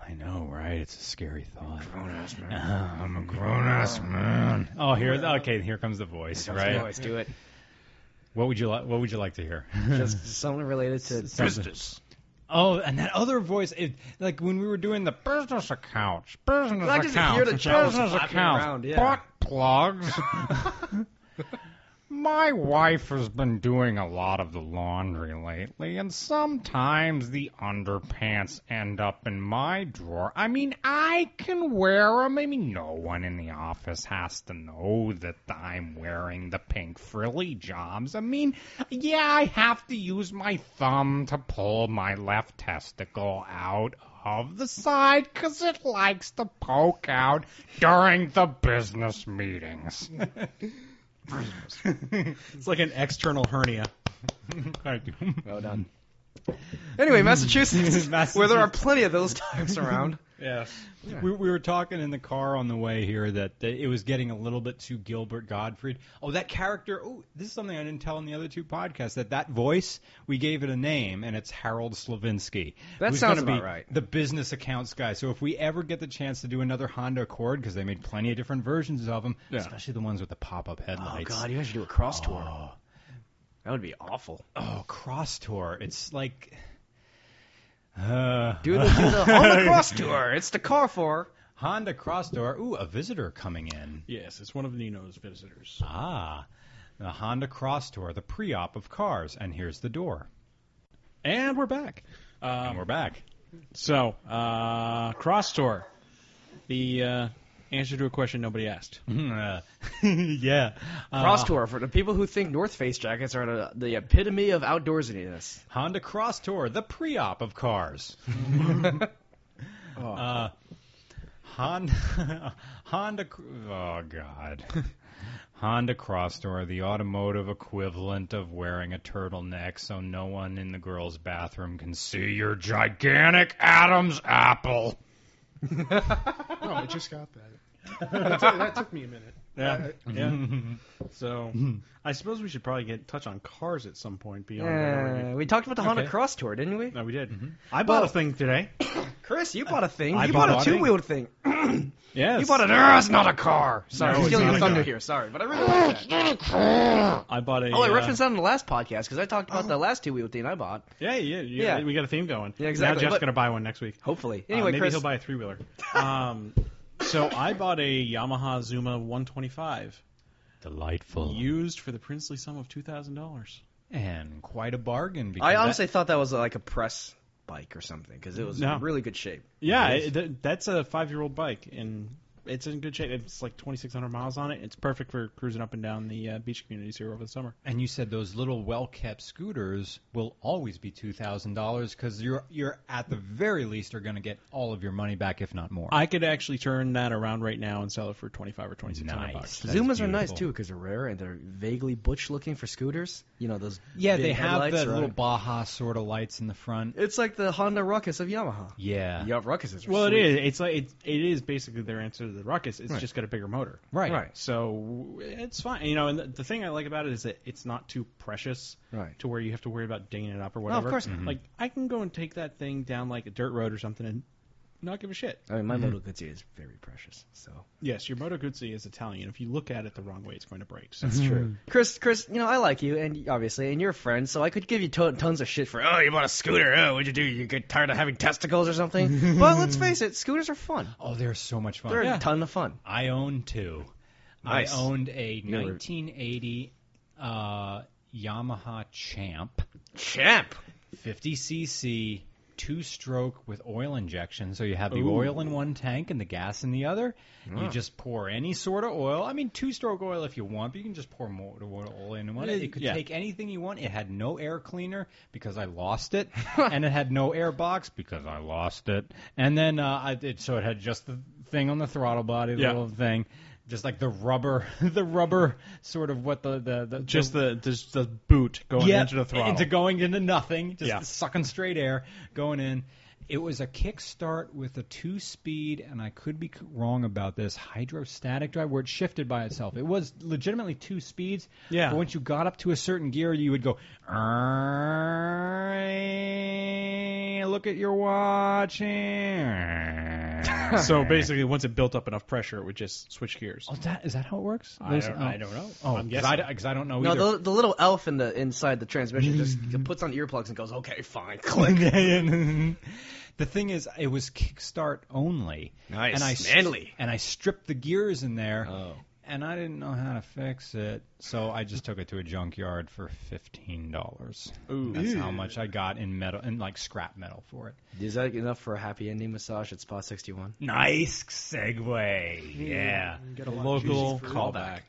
[SPEAKER 7] I know, right? It's a scary thought. Ah,
[SPEAKER 4] Grown ass man.
[SPEAKER 7] I'm a grown ass man. Oh, here, okay, here comes the voice, right?
[SPEAKER 4] Always do
[SPEAKER 7] *laughs*
[SPEAKER 4] it.
[SPEAKER 7] What would you like? What would you like to hear? *laughs*
[SPEAKER 4] Just something related to
[SPEAKER 7] Business. Oh, and that other voice, it, like when we were doing the business accounts, business
[SPEAKER 4] I just hear
[SPEAKER 7] accounts,
[SPEAKER 4] the jowls
[SPEAKER 7] business
[SPEAKER 4] flapping
[SPEAKER 7] accounts,
[SPEAKER 4] around, yeah.
[SPEAKER 7] butt plugs. My wife has been doing a lot of the laundry lately, and sometimes the underpants end up in my drawer. I mean, I can wear 'em. I mean, no one in the office has to know that I'm wearing the pink frilly jobs. I mean, yeah, I have to use my thumb to pull my left testicle out of the side 'cause it likes to poke out during the business meetings.
[SPEAKER 6] It's like an external hernia.
[SPEAKER 7] Thank you.
[SPEAKER 4] Well done. Anyway,
[SPEAKER 7] *laughs*
[SPEAKER 4] Massachusetts, where there are plenty of those types around.
[SPEAKER 6] Yes.
[SPEAKER 7] We, we were talking in the car on the way here that that it was getting a little bit too Gilbert Gottfried. Oh, that character. Oh, this is something I didn't tell in the other two podcasts. That that voice we gave it a name, and it's Harold Slavinsky.
[SPEAKER 4] That
[SPEAKER 7] who's
[SPEAKER 4] sounds
[SPEAKER 7] gonna be
[SPEAKER 4] about right.
[SPEAKER 7] The business accounts guy. So if we ever get the chance to do another Honda Accord, because they made plenty of different versions of them, especially the ones with the pop-up
[SPEAKER 4] Oh
[SPEAKER 7] headlights.
[SPEAKER 4] God, you guys should do a cross tour. That would be awful.
[SPEAKER 7] Oh, cross tour. It's like. Uh,
[SPEAKER 4] Do the, do the *laughs* Honda cross tour. It's the car for.
[SPEAKER 7] Honda cross tour. Ooh, a visitor coming in.
[SPEAKER 6] Yes, it's one of Nino's visitors.
[SPEAKER 7] Ah, the Honda Cross Tour, the pre-op of cars, and here's the door.
[SPEAKER 6] And we're back. Um,
[SPEAKER 7] and we're back. *laughs*
[SPEAKER 6] So, uh, Cross Tour, the uh, answer to a question nobody asked.
[SPEAKER 7] yeah. Uh,
[SPEAKER 4] Cross Tour for the people who think North Face jackets are the, the epitome of outdoorsiness.
[SPEAKER 7] Honda Cross Tour, the pre-op of cars.
[SPEAKER 4] Oh,
[SPEAKER 7] uh, Honda, *laughs* Honda, Cr- oh God, *laughs* Honda Cross Tour, the automotive equivalent of wearing a turtleneck, so no one in the girls' bathroom can see your gigantic Adam's apple.
[SPEAKER 5] Oh, I just got that. that, took, that took me a minute.
[SPEAKER 6] Yeah, yeah.
[SPEAKER 4] Mm-hmm.
[SPEAKER 6] So, I suppose we should probably get touch on cars at some point beyond. that already.
[SPEAKER 4] Yeah, we Mm-hmm. talked about the Honda
[SPEAKER 6] Okay.
[SPEAKER 4] Cross Tour, didn't we?
[SPEAKER 6] No, we did. I bought a thing today.
[SPEAKER 4] Chris, you bought a thing.
[SPEAKER 6] I
[SPEAKER 4] you
[SPEAKER 6] bought
[SPEAKER 4] bought,
[SPEAKER 6] a
[SPEAKER 4] a two-wheeled thing.
[SPEAKER 6] Yes.
[SPEAKER 4] You bought a. it's not a car. Sorry,
[SPEAKER 6] No,
[SPEAKER 4] I'm
[SPEAKER 6] it's
[SPEAKER 4] stealing
[SPEAKER 6] not
[SPEAKER 4] your
[SPEAKER 6] a
[SPEAKER 4] thunder
[SPEAKER 6] car.
[SPEAKER 4] here. Sorry, but I really like that.
[SPEAKER 6] I bought a.
[SPEAKER 4] Oh, I
[SPEAKER 6] uh,
[SPEAKER 4] referenced that on the last podcast because I talked about the last two-wheeled thing I bought.
[SPEAKER 6] Yeah, yeah, yeah,
[SPEAKER 4] Yeah.
[SPEAKER 6] We got a theme going.
[SPEAKER 4] Yeah, exactly,
[SPEAKER 6] Now Jeff's
[SPEAKER 4] but-
[SPEAKER 6] gonna buy one next week.
[SPEAKER 4] Hopefully.
[SPEAKER 6] Uh,
[SPEAKER 4] Anyway,
[SPEAKER 6] maybe
[SPEAKER 4] Chris.
[SPEAKER 6] he'll buy a three wheeler. Um, so I bought a Yamaha Zuma 125
[SPEAKER 4] Oh.
[SPEAKER 7] Delightful.
[SPEAKER 6] used for the princely sum of two thousand dollars.
[SPEAKER 7] and quite a bargain. Because
[SPEAKER 4] I honestly thought that was like a press bike or something because it was
[SPEAKER 6] No.
[SPEAKER 4] in really good shape.
[SPEAKER 6] Yeah,
[SPEAKER 4] It is.
[SPEAKER 6] it, th- that's a five-year-old bike, and it's in good shape. It's like 2,600 miles on it. It's perfect for cruising up and down the uh, beach communities here over the summer.
[SPEAKER 7] And you said those little well-kept scooters will always be two thousand dollars because you're you're at the very least are going to get all of your money back, if not more.
[SPEAKER 6] I could actually turn that around right now and sell it for 25 or 2,600
[SPEAKER 7] Nice.
[SPEAKER 6] bucks.
[SPEAKER 7] That is
[SPEAKER 4] Zumas are nice
[SPEAKER 7] beautiful.
[SPEAKER 4] too because they're rare and they're vaguely butch looking for scooters. You know those.
[SPEAKER 7] yeah,
[SPEAKER 4] big
[SPEAKER 7] they have
[SPEAKER 4] headlights,
[SPEAKER 7] the
[SPEAKER 4] right?
[SPEAKER 7] little Baja sort of lights in the front.
[SPEAKER 4] It's like the Honda Ruckus of Yamaha.
[SPEAKER 7] Yeah,
[SPEAKER 4] Yeah, Ruckus is.
[SPEAKER 6] Well, it
[SPEAKER 4] sweet.
[SPEAKER 6] is. It's like it, it is basically their answer to the ruckus. It's
[SPEAKER 7] Right.
[SPEAKER 6] just got a bigger motor.
[SPEAKER 7] right.
[SPEAKER 4] Right.
[SPEAKER 6] So it's fine. You know, and the, the thing I like about it is that it's not too precious
[SPEAKER 4] Right.
[SPEAKER 6] to where you have to worry about dinging it up or
[SPEAKER 4] of
[SPEAKER 6] whatever.
[SPEAKER 4] course not.
[SPEAKER 6] Like I can go and take that thing down like a dirt road or something and not give a shit.
[SPEAKER 4] I mean, my
[SPEAKER 7] Mm-hmm.
[SPEAKER 4] Moto Guzzi is very precious, so
[SPEAKER 6] Yes, your Moto Guzzi is Italian. If you look at it the wrong way, it's going to break. So
[SPEAKER 4] that's true. Mm. Chris, Chris, you know I like you, and obviously, and you're a friend, so I could give you to- tons of shit for oh, you bought a scooter, oh, what'd you do? You get tired of having testicles or
[SPEAKER 7] *laughs*
[SPEAKER 4] something? but let's face it, scooters are fun.
[SPEAKER 7] Oh, they're so much fun.
[SPEAKER 4] They're a ton of fun.
[SPEAKER 7] I own two.
[SPEAKER 4] Nice.
[SPEAKER 7] I owned a
[SPEAKER 4] were-
[SPEAKER 7] 1980 uh, Yamaha Champ.
[SPEAKER 4] Champ.
[SPEAKER 7] 50 cc two stroke with oil injection so you have the oil in one tank and the gas in the other
[SPEAKER 6] Ah.
[SPEAKER 7] you just pour any sort of oil i mean two stroke oil if you want but you can just pour more oil in one it could
[SPEAKER 6] yeah.
[SPEAKER 7] take anything you want it had no air cleaner because i lost
[SPEAKER 6] *laughs*
[SPEAKER 7] it and it had no air box because i lost it and then uh, I, it, so it had just the thing on the throttle body the
[SPEAKER 6] Yeah.
[SPEAKER 7] little thing just like the rubber *laughs* the rubber sort of what the the, the
[SPEAKER 6] just the just the boot going into the throttle.
[SPEAKER 7] into going into nothing, just
[SPEAKER 6] Yeah.
[SPEAKER 7] sucking straight air, going in. It was a kickstart with a two-speed, and I could be c- wrong about this hydrostatic drive where it shifted by itself. It was legitimately two speeds.
[SPEAKER 6] Yeah.
[SPEAKER 7] But once you got up to a certain gear, you would go. "Err, Look at your watch. so
[SPEAKER 6] so basically, once it built up enough pressure, it would just switch gears.
[SPEAKER 7] oh, that is that how it works?
[SPEAKER 6] I
[SPEAKER 7] There's-
[SPEAKER 6] don't-
[SPEAKER 7] oh.
[SPEAKER 6] I don't know.
[SPEAKER 7] Oh,
[SPEAKER 6] I'm
[SPEAKER 7] because I, d- 'cause I don't know
[SPEAKER 4] No,
[SPEAKER 7] either.
[SPEAKER 4] the, the little elf in the inside the transmission
[SPEAKER 7] *laughs*
[SPEAKER 4] just puts on earplugs and goes, okay, fine, click.
[SPEAKER 7] the thing is, it was kickstart only.
[SPEAKER 4] Nice.
[SPEAKER 7] And I
[SPEAKER 4] Manly.
[SPEAKER 7] and I stripped the gears in there. And I didn't know how to fix it, so I just took it to a junkyard for fifteen dollars. Ooh, that's how much I got in metal, in like scrap metal for it.
[SPEAKER 4] Is that enough for a happy ending massage at Spot 61?
[SPEAKER 7] Nice segue. Yeah.
[SPEAKER 5] Get a lot of
[SPEAKER 6] Local
[SPEAKER 5] juicy fruit.
[SPEAKER 6] callback.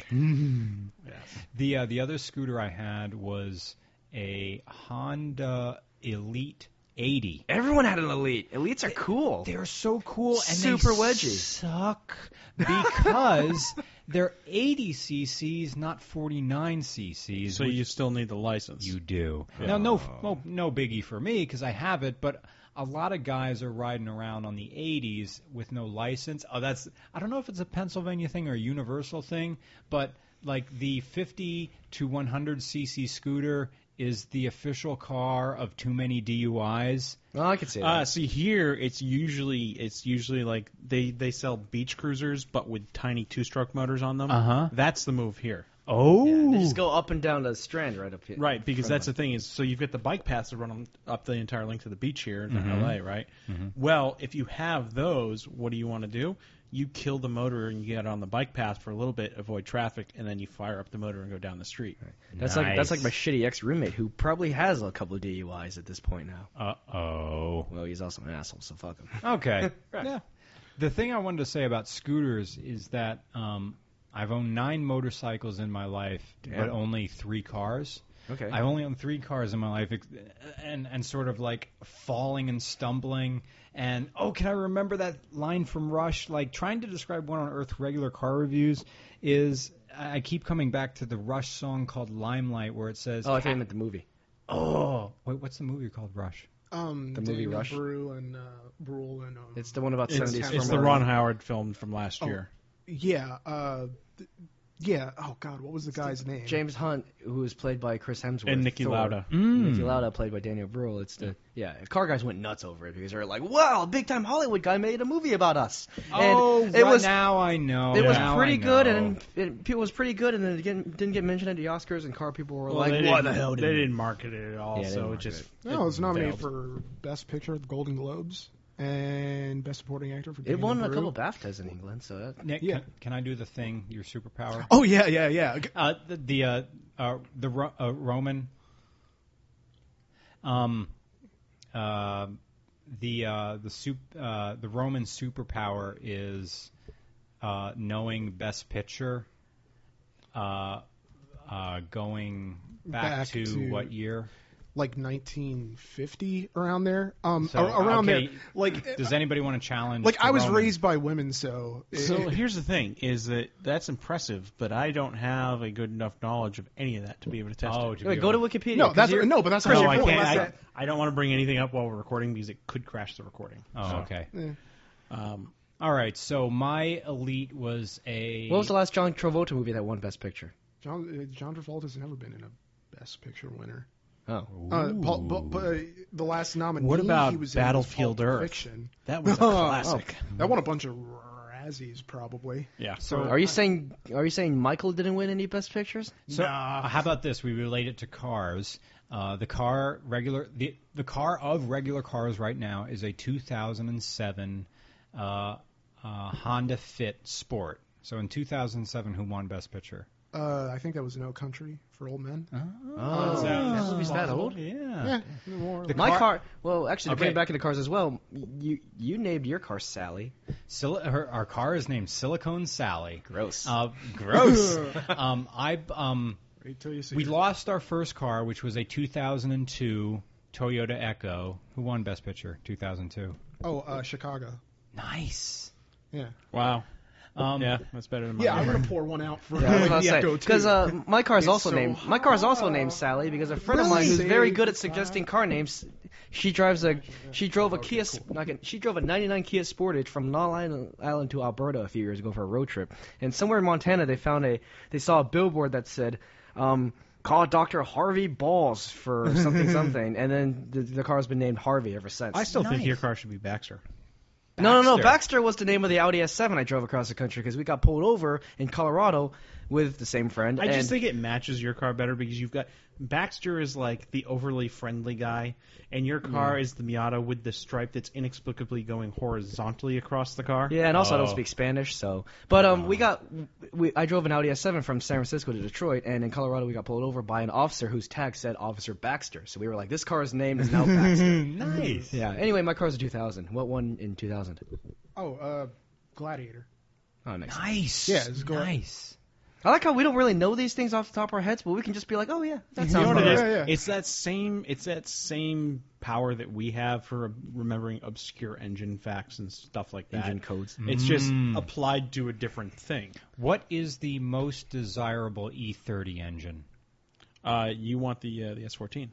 [SPEAKER 7] The uh, the other scooter I had was a Honda Elite eighty.
[SPEAKER 4] Everyone had an elite. Elites are cool.
[SPEAKER 7] They're so cool and
[SPEAKER 4] Super
[SPEAKER 7] they
[SPEAKER 4] wedgies.
[SPEAKER 7] suck because they're 80 cc's, not 49 cc's.
[SPEAKER 6] So
[SPEAKER 7] which
[SPEAKER 6] you still need the license.
[SPEAKER 7] you do now. No, no, no biggie for me because I have it, but. A lot of guys are riding around on the 80s with no license. Oh, that's I don't know if it's a Pennsylvania thing or a universal thing, but like the 50 to 100 cc scooter is the official car of too many DUIs.
[SPEAKER 4] No, I could see that.
[SPEAKER 6] Uh, see here, it's usually it's usually like they they sell beach cruisers, but with tiny two-stroke motors on them.
[SPEAKER 7] Uh-huh.
[SPEAKER 6] That's the move here,
[SPEAKER 7] Oh,
[SPEAKER 4] Yeah, they just go up and down the strand right up here.
[SPEAKER 6] right? Because that's the thing is, so you've got the bike paths that run on, up the Mm-hmm. entire length of the beach here in LA, right? Well, if you have those, what do you want to do? you kill the motor and you get on the bike path for a little bit, avoid traffic, and then you fire up the motor and go down the street.
[SPEAKER 4] That's like that's like my
[SPEAKER 7] Nice.
[SPEAKER 4] shitty ex roommate who probably has a couple of DUIs at this point now.
[SPEAKER 7] Uh oh.
[SPEAKER 4] Well, he's also an asshole, so fuck him.
[SPEAKER 7] Okay.
[SPEAKER 4] *laughs* Right.
[SPEAKER 7] Yeah. The thing I wanted to say about scooters is that um, I've owned nine motorcycles in my life, but only three cars.
[SPEAKER 4] Okay.
[SPEAKER 7] I've only owned three cars in my life, ex- and and sort of like falling and stumbling. And oh, can I remember that line from Rush? Like trying to describe one on Earth regular car reviews is I I keep coming back to the Rush song called Limelight, where it says,
[SPEAKER 4] oh, I thought you meant the movie.
[SPEAKER 7] "Oh, wait, what's the movie called Rush?"
[SPEAKER 5] Um,
[SPEAKER 4] The movie
[SPEAKER 5] Daniel
[SPEAKER 4] Rush?
[SPEAKER 5] Brew and uh, Brule and um,
[SPEAKER 4] It's the one about
[SPEAKER 6] It's,
[SPEAKER 4] seventies.
[SPEAKER 6] it's the Ron Howard film from last year.
[SPEAKER 5] yeah, uh, th- yeah. Oh God, what was the guy's name?
[SPEAKER 4] James Hunt, who was played by Chris Hemsworth,
[SPEAKER 6] And Nicky
[SPEAKER 4] Thor.
[SPEAKER 6] Lauda.
[SPEAKER 4] Nicky Lauda, played by Daniel Bruhl. It's the yeah. Car guys went nuts over it because they're like, "Wow, big time Hollywood guy made a movie about us." And
[SPEAKER 7] oh,
[SPEAKER 4] it
[SPEAKER 7] right
[SPEAKER 4] was
[SPEAKER 7] now I know.
[SPEAKER 4] Oh, it was
[SPEAKER 7] Now I
[SPEAKER 4] pretty good,
[SPEAKER 7] know.
[SPEAKER 4] and it, it was pretty good, and then it didn't, didn't get mentioned at the Oscars, and car people were
[SPEAKER 6] Well,
[SPEAKER 4] like,
[SPEAKER 6] they
[SPEAKER 4] "What
[SPEAKER 6] didn't-
[SPEAKER 4] the hell?"
[SPEAKER 6] They didn't market it at all,
[SPEAKER 4] Yeah, they
[SPEAKER 6] so
[SPEAKER 4] didn't
[SPEAKER 6] it just
[SPEAKER 4] market
[SPEAKER 5] No, it was nominated
[SPEAKER 6] failed.
[SPEAKER 5] for Best Picture at the Golden Globes and Best Supporting Actor for.
[SPEAKER 4] It
[SPEAKER 5] Daniel
[SPEAKER 4] won a
[SPEAKER 5] Brew.
[SPEAKER 4] couple BAFTAs in England, so that,
[SPEAKER 7] Nick,
[SPEAKER 5] Yeah.
[SPEAKER 7] can, can I do the thing? Your superpower?
[SPEAKER 5] Oh yeah, yeah, yeah.
[SPEAKER 7] Uh, the the, uh, uh, the Ro- uh, Roman. Um, uh, the uh, the sup- uh, the Roman superpower is uh, knowing best picture. Uh, uh, going back,
[SPEAKER 5] Back
[SPEAKER 7] to,
[SPEAKER 5] to-
[SPEAKER 7] what year?
[SPEAKER 5] Like 1950 around there. Um,
[SPEAKER 7] So,
[SPEAKER 5] ar- around
[SPEAKER 7] okay,
[SPEAKER 5] there. Like,
[SPEAKER 7] Does anybody want to challenge?
[SPEAKER 5] like
[SPEAKER 7] the
[SPEAKER 5] I was
[SPEAKER 7] Roman?
[SPEAKER 5] raised by women, so. it-
[SPEAKER 6] *laughs*
[SPEAKER 4] *laughs*
[SPEAKER 6] So here's the thing: is that that's impressive, but I don't have a good enough knowledge of any of that to be able to test
[SPEAKER 7] Oh,
[SPEAKER 6] it.
[SPEAKER 7] to be
[SPEAKER 4] Wait, go to
[SPEAKER 7] able-
[SPEAKER 4] Wikipedia.
[SPEAKER 5] no,
[SPEAKER 4] 'cause
[SPEAKER 5] that's
[SPEAKER 4] you're-
[SPEAKER 5] no, but that's
[SPEAKER 6] No,
[SPEAKER 5] not your
[SPEAKER 6] I
[SPEAKER 5] point.
[SPEAKER 6] can't.
[SPEAKER 5] That's
[SPEAKER 6] I,
[SPEAKER 5] that-
[SPEAKER 6] I don't want to bring anything up while we're recording because it could crash the recording.
[SPEAKER 7] Oh,
[SPEAKER 6] So,
[SPEAKER 7] okay.
[SPEAKER 6] Um,
[SPEAKER 7] All right. So my elite was a.
[SPEAKER 4] What was the last John Travolta movie that won Best Picture?
[SPEAKER 5] John, uh, John Travolta's never been in a Best Picture winner.
[SPEAKER 4] Oh,
[SPEAKER 5] Uh,
[SPEAKER 7] Ooh.
[SPEAKER 5] Paul, but, but, uh, the last nominee
[SPEAKER 6] What about
[SPEAKER 5] he was
[SPEAKER 6] Battlefield
[SPEAKER 5] in was Pulp
[SPEAKER 6] Earth?
[SPEAKER 5] Fiction.
[SPEAKER 6] that was a classic.
[SPEAKER 5] *laughs* Oh, that won a bunch of Razzies, probably.
[SPEAKER 6] Yeah.
[SPEAKER 7] So
[SPEAKER 4] are you saying are you saying Michael didn't win any Best Pictures?
[SPEAKER 7] So uh, how about this? We relate it to cars. Uh, the car regular the the car of regular cars right now is a 2007 uh, uh, Honda Fit Sport. So in 2007, who won Best Picture?
[SPEAKER 5] Uh, I think that was No Country for Old Men.
[SPEAKER 4] Oh, that movie's that old.
[SPEAKER 6] Yeah.
[SPEAKER 5] More
[SPEAKER 4] My
[SPEAKER 7] car-
[SPEAKER 4] car, Well, actually,
[SPEAKER 7] Okay.
[SPEAKER 4] going back into cars as well. You you named your car Sally.
[SPEAKER 7] Sil- her, our car is named Silicone Sally.
[SPEAKER 4] Gross.
[SPEAKER 7] Uh, gross. um, I um,
[SPEAKER 5] Wait till you see.
[SPEAKER 7] we
[SPEAKER 5] it.
[SPEAKER 7] lost our first car, which was a 2002 Toyota Echo. Who won Best Picture? 2002.
[SPEAKER 5] oh, uh, Chicago.
[SPEAKER 7] Nice.
[SPEAKER 5] Yeah.
[SPEAKER 6] Wow.
[SPEAKER 7] Um,
[SPEAKER 6] Yeah, that's better than my
[SPEAKER 5] Yeah, I'm
[SPEAKER 6] memory.
[SPEAKER 5] gonna pour one out for
[SPEAKER 4] Yeah, I was about
[SPEAKER 5] *laughs*
[SPEAKER 4] to
[SPEAKER 5] the
[SPEAKER 4] say
[SPEAKER 5] Echo
[SPEAKER 4] because
[SPEAKER 5] too.
[SPEAKER 4] uh, my car's
[SPEAKER 5] It's
[SPEAKER 4] also
[SPEAKER 5] so
[SPEAKER 4] named my car's also named Sally because a friend of
[SPEAKER 5] Really?
[SPEAKER 4] mine who's very
[SPEAKER 5] See?
[SPEAKER 4] good at suggesting car names. She drives a she drove a Kia Sp- not gonna- she drove a '99 Kia Sportage from Long Island, Island to Alberta a few years ago for a road trip, and somewhere in Montana they found a they saw a billboard that said. Um, Call Dr. Harvey Balls for something something, and then the, the car's been named Harvey ever since.
[SPEAKER 6] I still think
[SPEAKER 7] Nice.
[SPEAKER 6] your car should be Baxter.
[SPEAKER 4] No, no, no. Baxter was the name of the Audi S7 I drove across the country because we got pulled over in Colorado with the same friend.
[SPEAKER 6] I
[SPEAKER 4] and-
[SPEAKER 6] just think it matches your car better because you've got Baxter is like the overly friendly guy, and
[SPEAKER 5] Mm.
[SPEAKER 6] your car is the Miata with the stripe that's inexplicably going horizontally across the car.
[SPEAKER 4] Yeah, and also I don't
[SPEAKER 7] Oh.
[SPEAKER 4] speak Spanish, so. But um, we got, we, I drove an Audi S7 from San Francisco to Detroit, and in Colorado we got pulled over by an officer whose tag said Officer Baxter. So we were like, this car's name is *laughs* now Baxter.
[SPEAKER 7] Nice.
[SPEAKER 4] yeah. Anyway, my car's a 2000. What one in 2000?
[SPEAKER 5] oh, uh, Gladiator.
[SPEAKER 4] Oh, nice.
[SPEAKER 7] Nice.
[SPEAKER 5] Yeah, it's go-
[SPEAKER 7] nice.
[SPEAKER 4] I like how we don't really know these things off the top of our heads, but we can just be like, oh yeah, that
[SPEAKER 6] You
[SPEAKER 4] sounds
[SPEAKER 6] know what it
[SPEAKER 4] about
[SPEAKER 6] is?
[SPEAKER 4] right.
[SPEAKER 5] Yeah, yeah.
[SPEAKER 6] It's that same. It's that same power that we have for remembering obscure engine facts and stuff like that.
[SPEAKER 4] Engine codes.
[SPEAKER 6] It's just applied to a different thing.
[SPEAKER 7] What is the most desirable E30 engine?
[SPEAKER 6] Uh, you want the uh, the S14,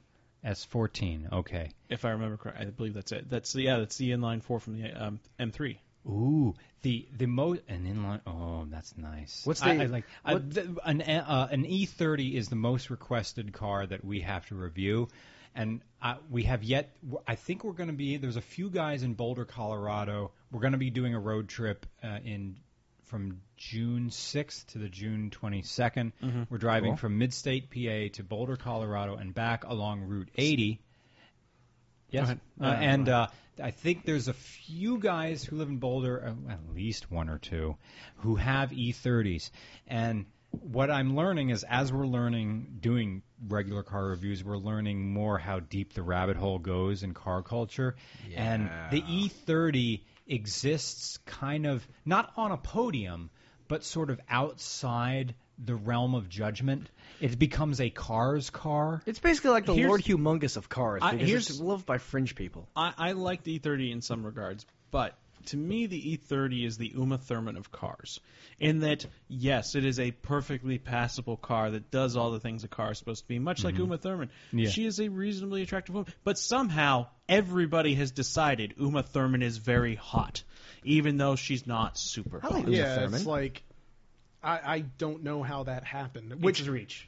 [SPEAKER 7] S14. Okay.
[SPEAKER 6] if I remember correct. I believe that's it. That's the yeah. That's the inline four from the um, M3.
[SPEAKER 7] Ooh, the the most an inline. Oh, that's nice.
[SPEAKER 4] What's
[SPEAKER 7] I,
[SPEAKER 4] the-
[SPEAKER 7] I like I- th- an uh, an E30 is the most requested car that we have to review, and uh, we have yet. I think we're going to be there's a few guys in Boulder, Colorado. We're going to be doing a road trip uh, in from June 6th to the June 22nd.
[SPEAKER 4] Mm-hmm.
[SPEAKER 7] We're driving from Midstate, PA to Boulder, Colorado, and back along Route 80. Yes.
[SPEAKER 6] ahead.
[SPEAKER 7] Uh,
[SPEAKER 6] Uh,
[SPEAKER 7] and uh, I think there's a few guys who live in Boulder, uh, at least one or two, who have E30s. And what I'm learning is as we're learning, doing regular car reviews, we're learning more how deep the rabbit hole goes in car culture. And the E30 exists kind of not on a podium, but sort of outside the realm of judgment. It becomes a car's car.
[SPEAKER 4] It's basically like the
[SPEAKER 6] Here's-
[SPEAKER 4] Lord Humongous of cars.
[SPEAKER 6] I-
[SPEAKER 4] Because
[SPEAKER 6] here's-
[SPEAKER 4] it's loved by fringe people.
[SPEAKER 6] I, I like the E30 in some regards, but to me, the E30 is the Uma Thurman of cars. In that, yes, it is a perfectly passable car that does all the things a car is supposed to be, much like Uma Thurman.
[SPEAKER 7] Yeah.
[SPEAKER 6] She is a reasonably attractive woman, but somehow everybody has decided Uma Thurman is very hot, even though she's not super hot.
[SPEAKER 5] yeah,
[SPEAKER 4] Thurman.
[SPEAKER 5] it's like I, I don't know how that happened.
[SPEAKER 4] Which
[SPEAKER 5] Which
[SPEAKER 4] is reach.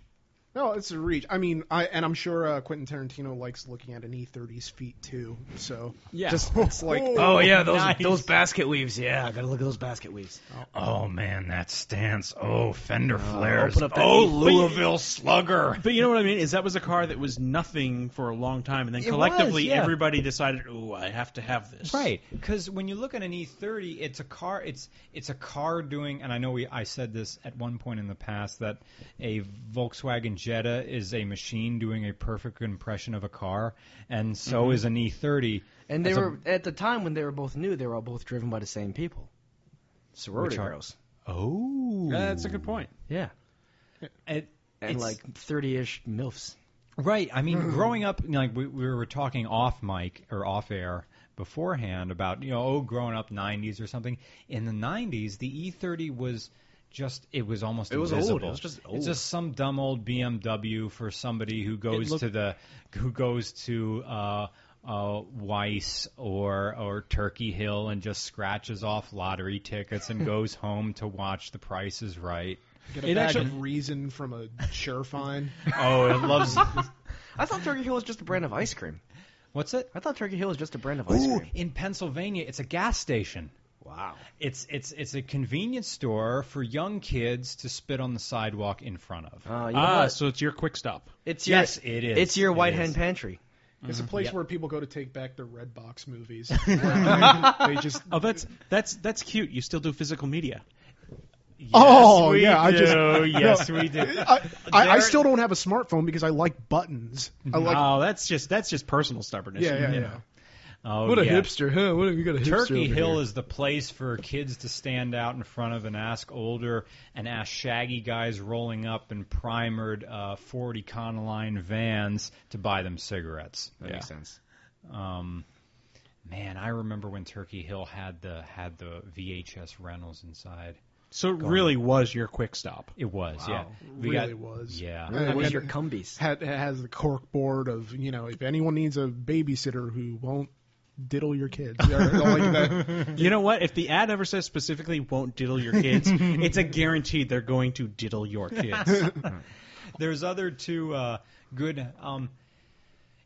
[SPEAKER 5] no, it's a reach. I mean, I and I'm sure uh, Quentin Tarantino likes looking at an E30's feet too. So
[SPEAKER 6] Yeah.
[SPEAKER 5] just it's like
[SPEAKER 4] Oh yeah, *laughs* those those basket weaves. Yeah, I gotta look at those basket weaves.
[SPEAKER 7] Oh man, that stance. Oh, fender
[SPEAKER 4] flares. Uh, open up that
[SPEAKER 7] oh,
[SPEAKER 4] E-
[SPEAKER 7] Louisville slugger.
[SPEAKER 6] But you know what I mean? Is that was a car that was nothing for a long time, and then
[SPEAKER 7] It
[SPEAKER 6] collectively
[SPEAKER 7] was, yeah.
[SPEAKER 6] everybody decided, "Ooh, I have to have this."
[SPEAKER 7] Right, because when you look at an E30, it's a car. It's it's a car doing, and I know we I said this at one point in the past that a Volkswagen Jetta is a machine doing a perfect impression of a car, and so is an E E30.
[SPEAKER 4] And they
[SPEAKER 7] As a-
[SPEAKER 4] were at the time when they were both new. They were all both driven by the same people, sorority
[SPEAKER 7] Which are-
[SPEAKER 4] girls.
[SPEAKER 7] Oh,
[SPEAKER 6] Yeah, Uh, that's a good point.
[SPEAKER 4] Yeah,
[SPEAKER 7] It-
[SPEAKER 4] and
[SPEAKER 7] it's-
[SPEAKER 4] like thirty-ish milfs.
[SPEAKER 7] Right. I
[SPEAKER 4] Mm-hmm.
[SPEAKER 7] mean, growing up, you know, like we, we were talking off mic or off air beforehand about, you know, oh, growing up 90s or something. In the 90s, the E30 was just, it was almost
[SPEAKER 4] It was old.
[SPEAKER 7] invisible.
[SPEAKER 4] It was just old.
[SPEAKER 7] It's just some dumb old BMW for somebody who goes
[SPEAKER 6] looked-
[SPEAKER 7] to the, who goes to, uh, uh, Weiss or or Turkey Hill and just scratches off lottery
[SPEAKER 4] *laughs*
[SPEAKER 7] tickets and goes home to watch The Price is Right.
[SPEAKER 5] get a
[SPEAKER 6] It
[SPEAKER 5] bag
[SPEAKER 6] actually-
[SPEAKER 5] of reason from a sure fine.
[SPEAKER 7] Oh, it
[SPEAKER 4] *laughs*
[SPEAKER 7] loves
[SPEAKER 4] I thought Turkey Hill was just a brand of ice cream.
[SPEAKER 7] what's it?
[SPEAKER 4] I thought Turkey Hill was just a brand of ice
[SPEAKER 7] Ooh,
[SPEAKER 4] cream.
[SPEAKER 7] in Pennsylvania, it's a gas station.
[SPEAKER 4] Wow.
[SPEAKER 7] It's it's it's a convenience store for young kids to spit on the sidewalk in front of.
[SPEAKER 4] Uh, you know
[SPEAKER 6] Ah,
[SPEAKER 4] what?
[SPEAKER 6] so it's your quick stop.
[SPEAKER 4] It's your,
[SPEAKER 7] yes, it is.
[SPEAKER 4] It's your
[SPEAKER 7] It
[SPEAKER 4] White
[SPEAKER 7] is.
[SPEAKER 4] Hen Pantry.
[SPEAKER 5] It's a place
[SPEAKER 7] Yep.
[SPEAKER 5] where people go to take back their red box movies. they just
[SPEAKER 6] Oh, that's that's that's cute. You still do physical media.
[SPEAKER 7] Yes,
[SPEAKER 5] Oh,
[SPEAKER 7] we
[SPEAKER 5] yeah, I
[SPEAKER 7] do. *laughs*
[SPEAKER 5] just-
[SPEAKER 7] yes, we do.
[SPEAKER 5] I, I, I
[SPEAKER 7] There-
[SPEAKER 5] still don't have a smartphone because I like buttons. I like
[SPEAKER 6] oh, that's just that's just personal stubbornness.
[SPEAKER 5] yeah, yeah,
[SPEAKER 6] you
[SPEAKER 5] yeah.
[SPEAKER 6] know.
[SPEAKER 7] Oh,
[SPEAKER 5] What a
[SPEAKER 7] yeah.
[SPEAKER 5] hipster, huh? What have you got a hipster
[SPEAKER 7] Turkey
[SPEAKER 5] over
[SPEAKER 7] Hill
[SPEAKER 5] here?
[SPEAKER 7] is the place for kids to stand out in front of and ask older and ask shaggy guys rolling up in primered uh, Ford Econoline vans to buy them cigarettes.
[SPEAKER 4] That makes sense.
[SPEAKER 7] Um, man, I remember when Turkey Hill had the had the VHS rentals inside.
[SPEAKER 6] So it really was your quick stop.
[SPEAKER 7] It was, yeah. We
[SPEAKER 5] Oh, really
[SPEAKER 7] got-
[SPEAKER 5] was.
[SPEAKER 7] Yeah.
[SPEAKER 5] Uh,
[SPEAKER 4] It was
[SPEAKER 5] had-
[SPEAKER 4] your Cumbies.
[SPEAKER 5] had has the cork board of you know if anyone needs a babysitter who won't diddle your *laughs* kids or, like that.
[SPEAKER 6] You know what? If the ad ever says specifically "won't diddle your kids," it's a guarantee they're going to diddle your kids.
[SPEAKER 7] There's other two uh, good. Um,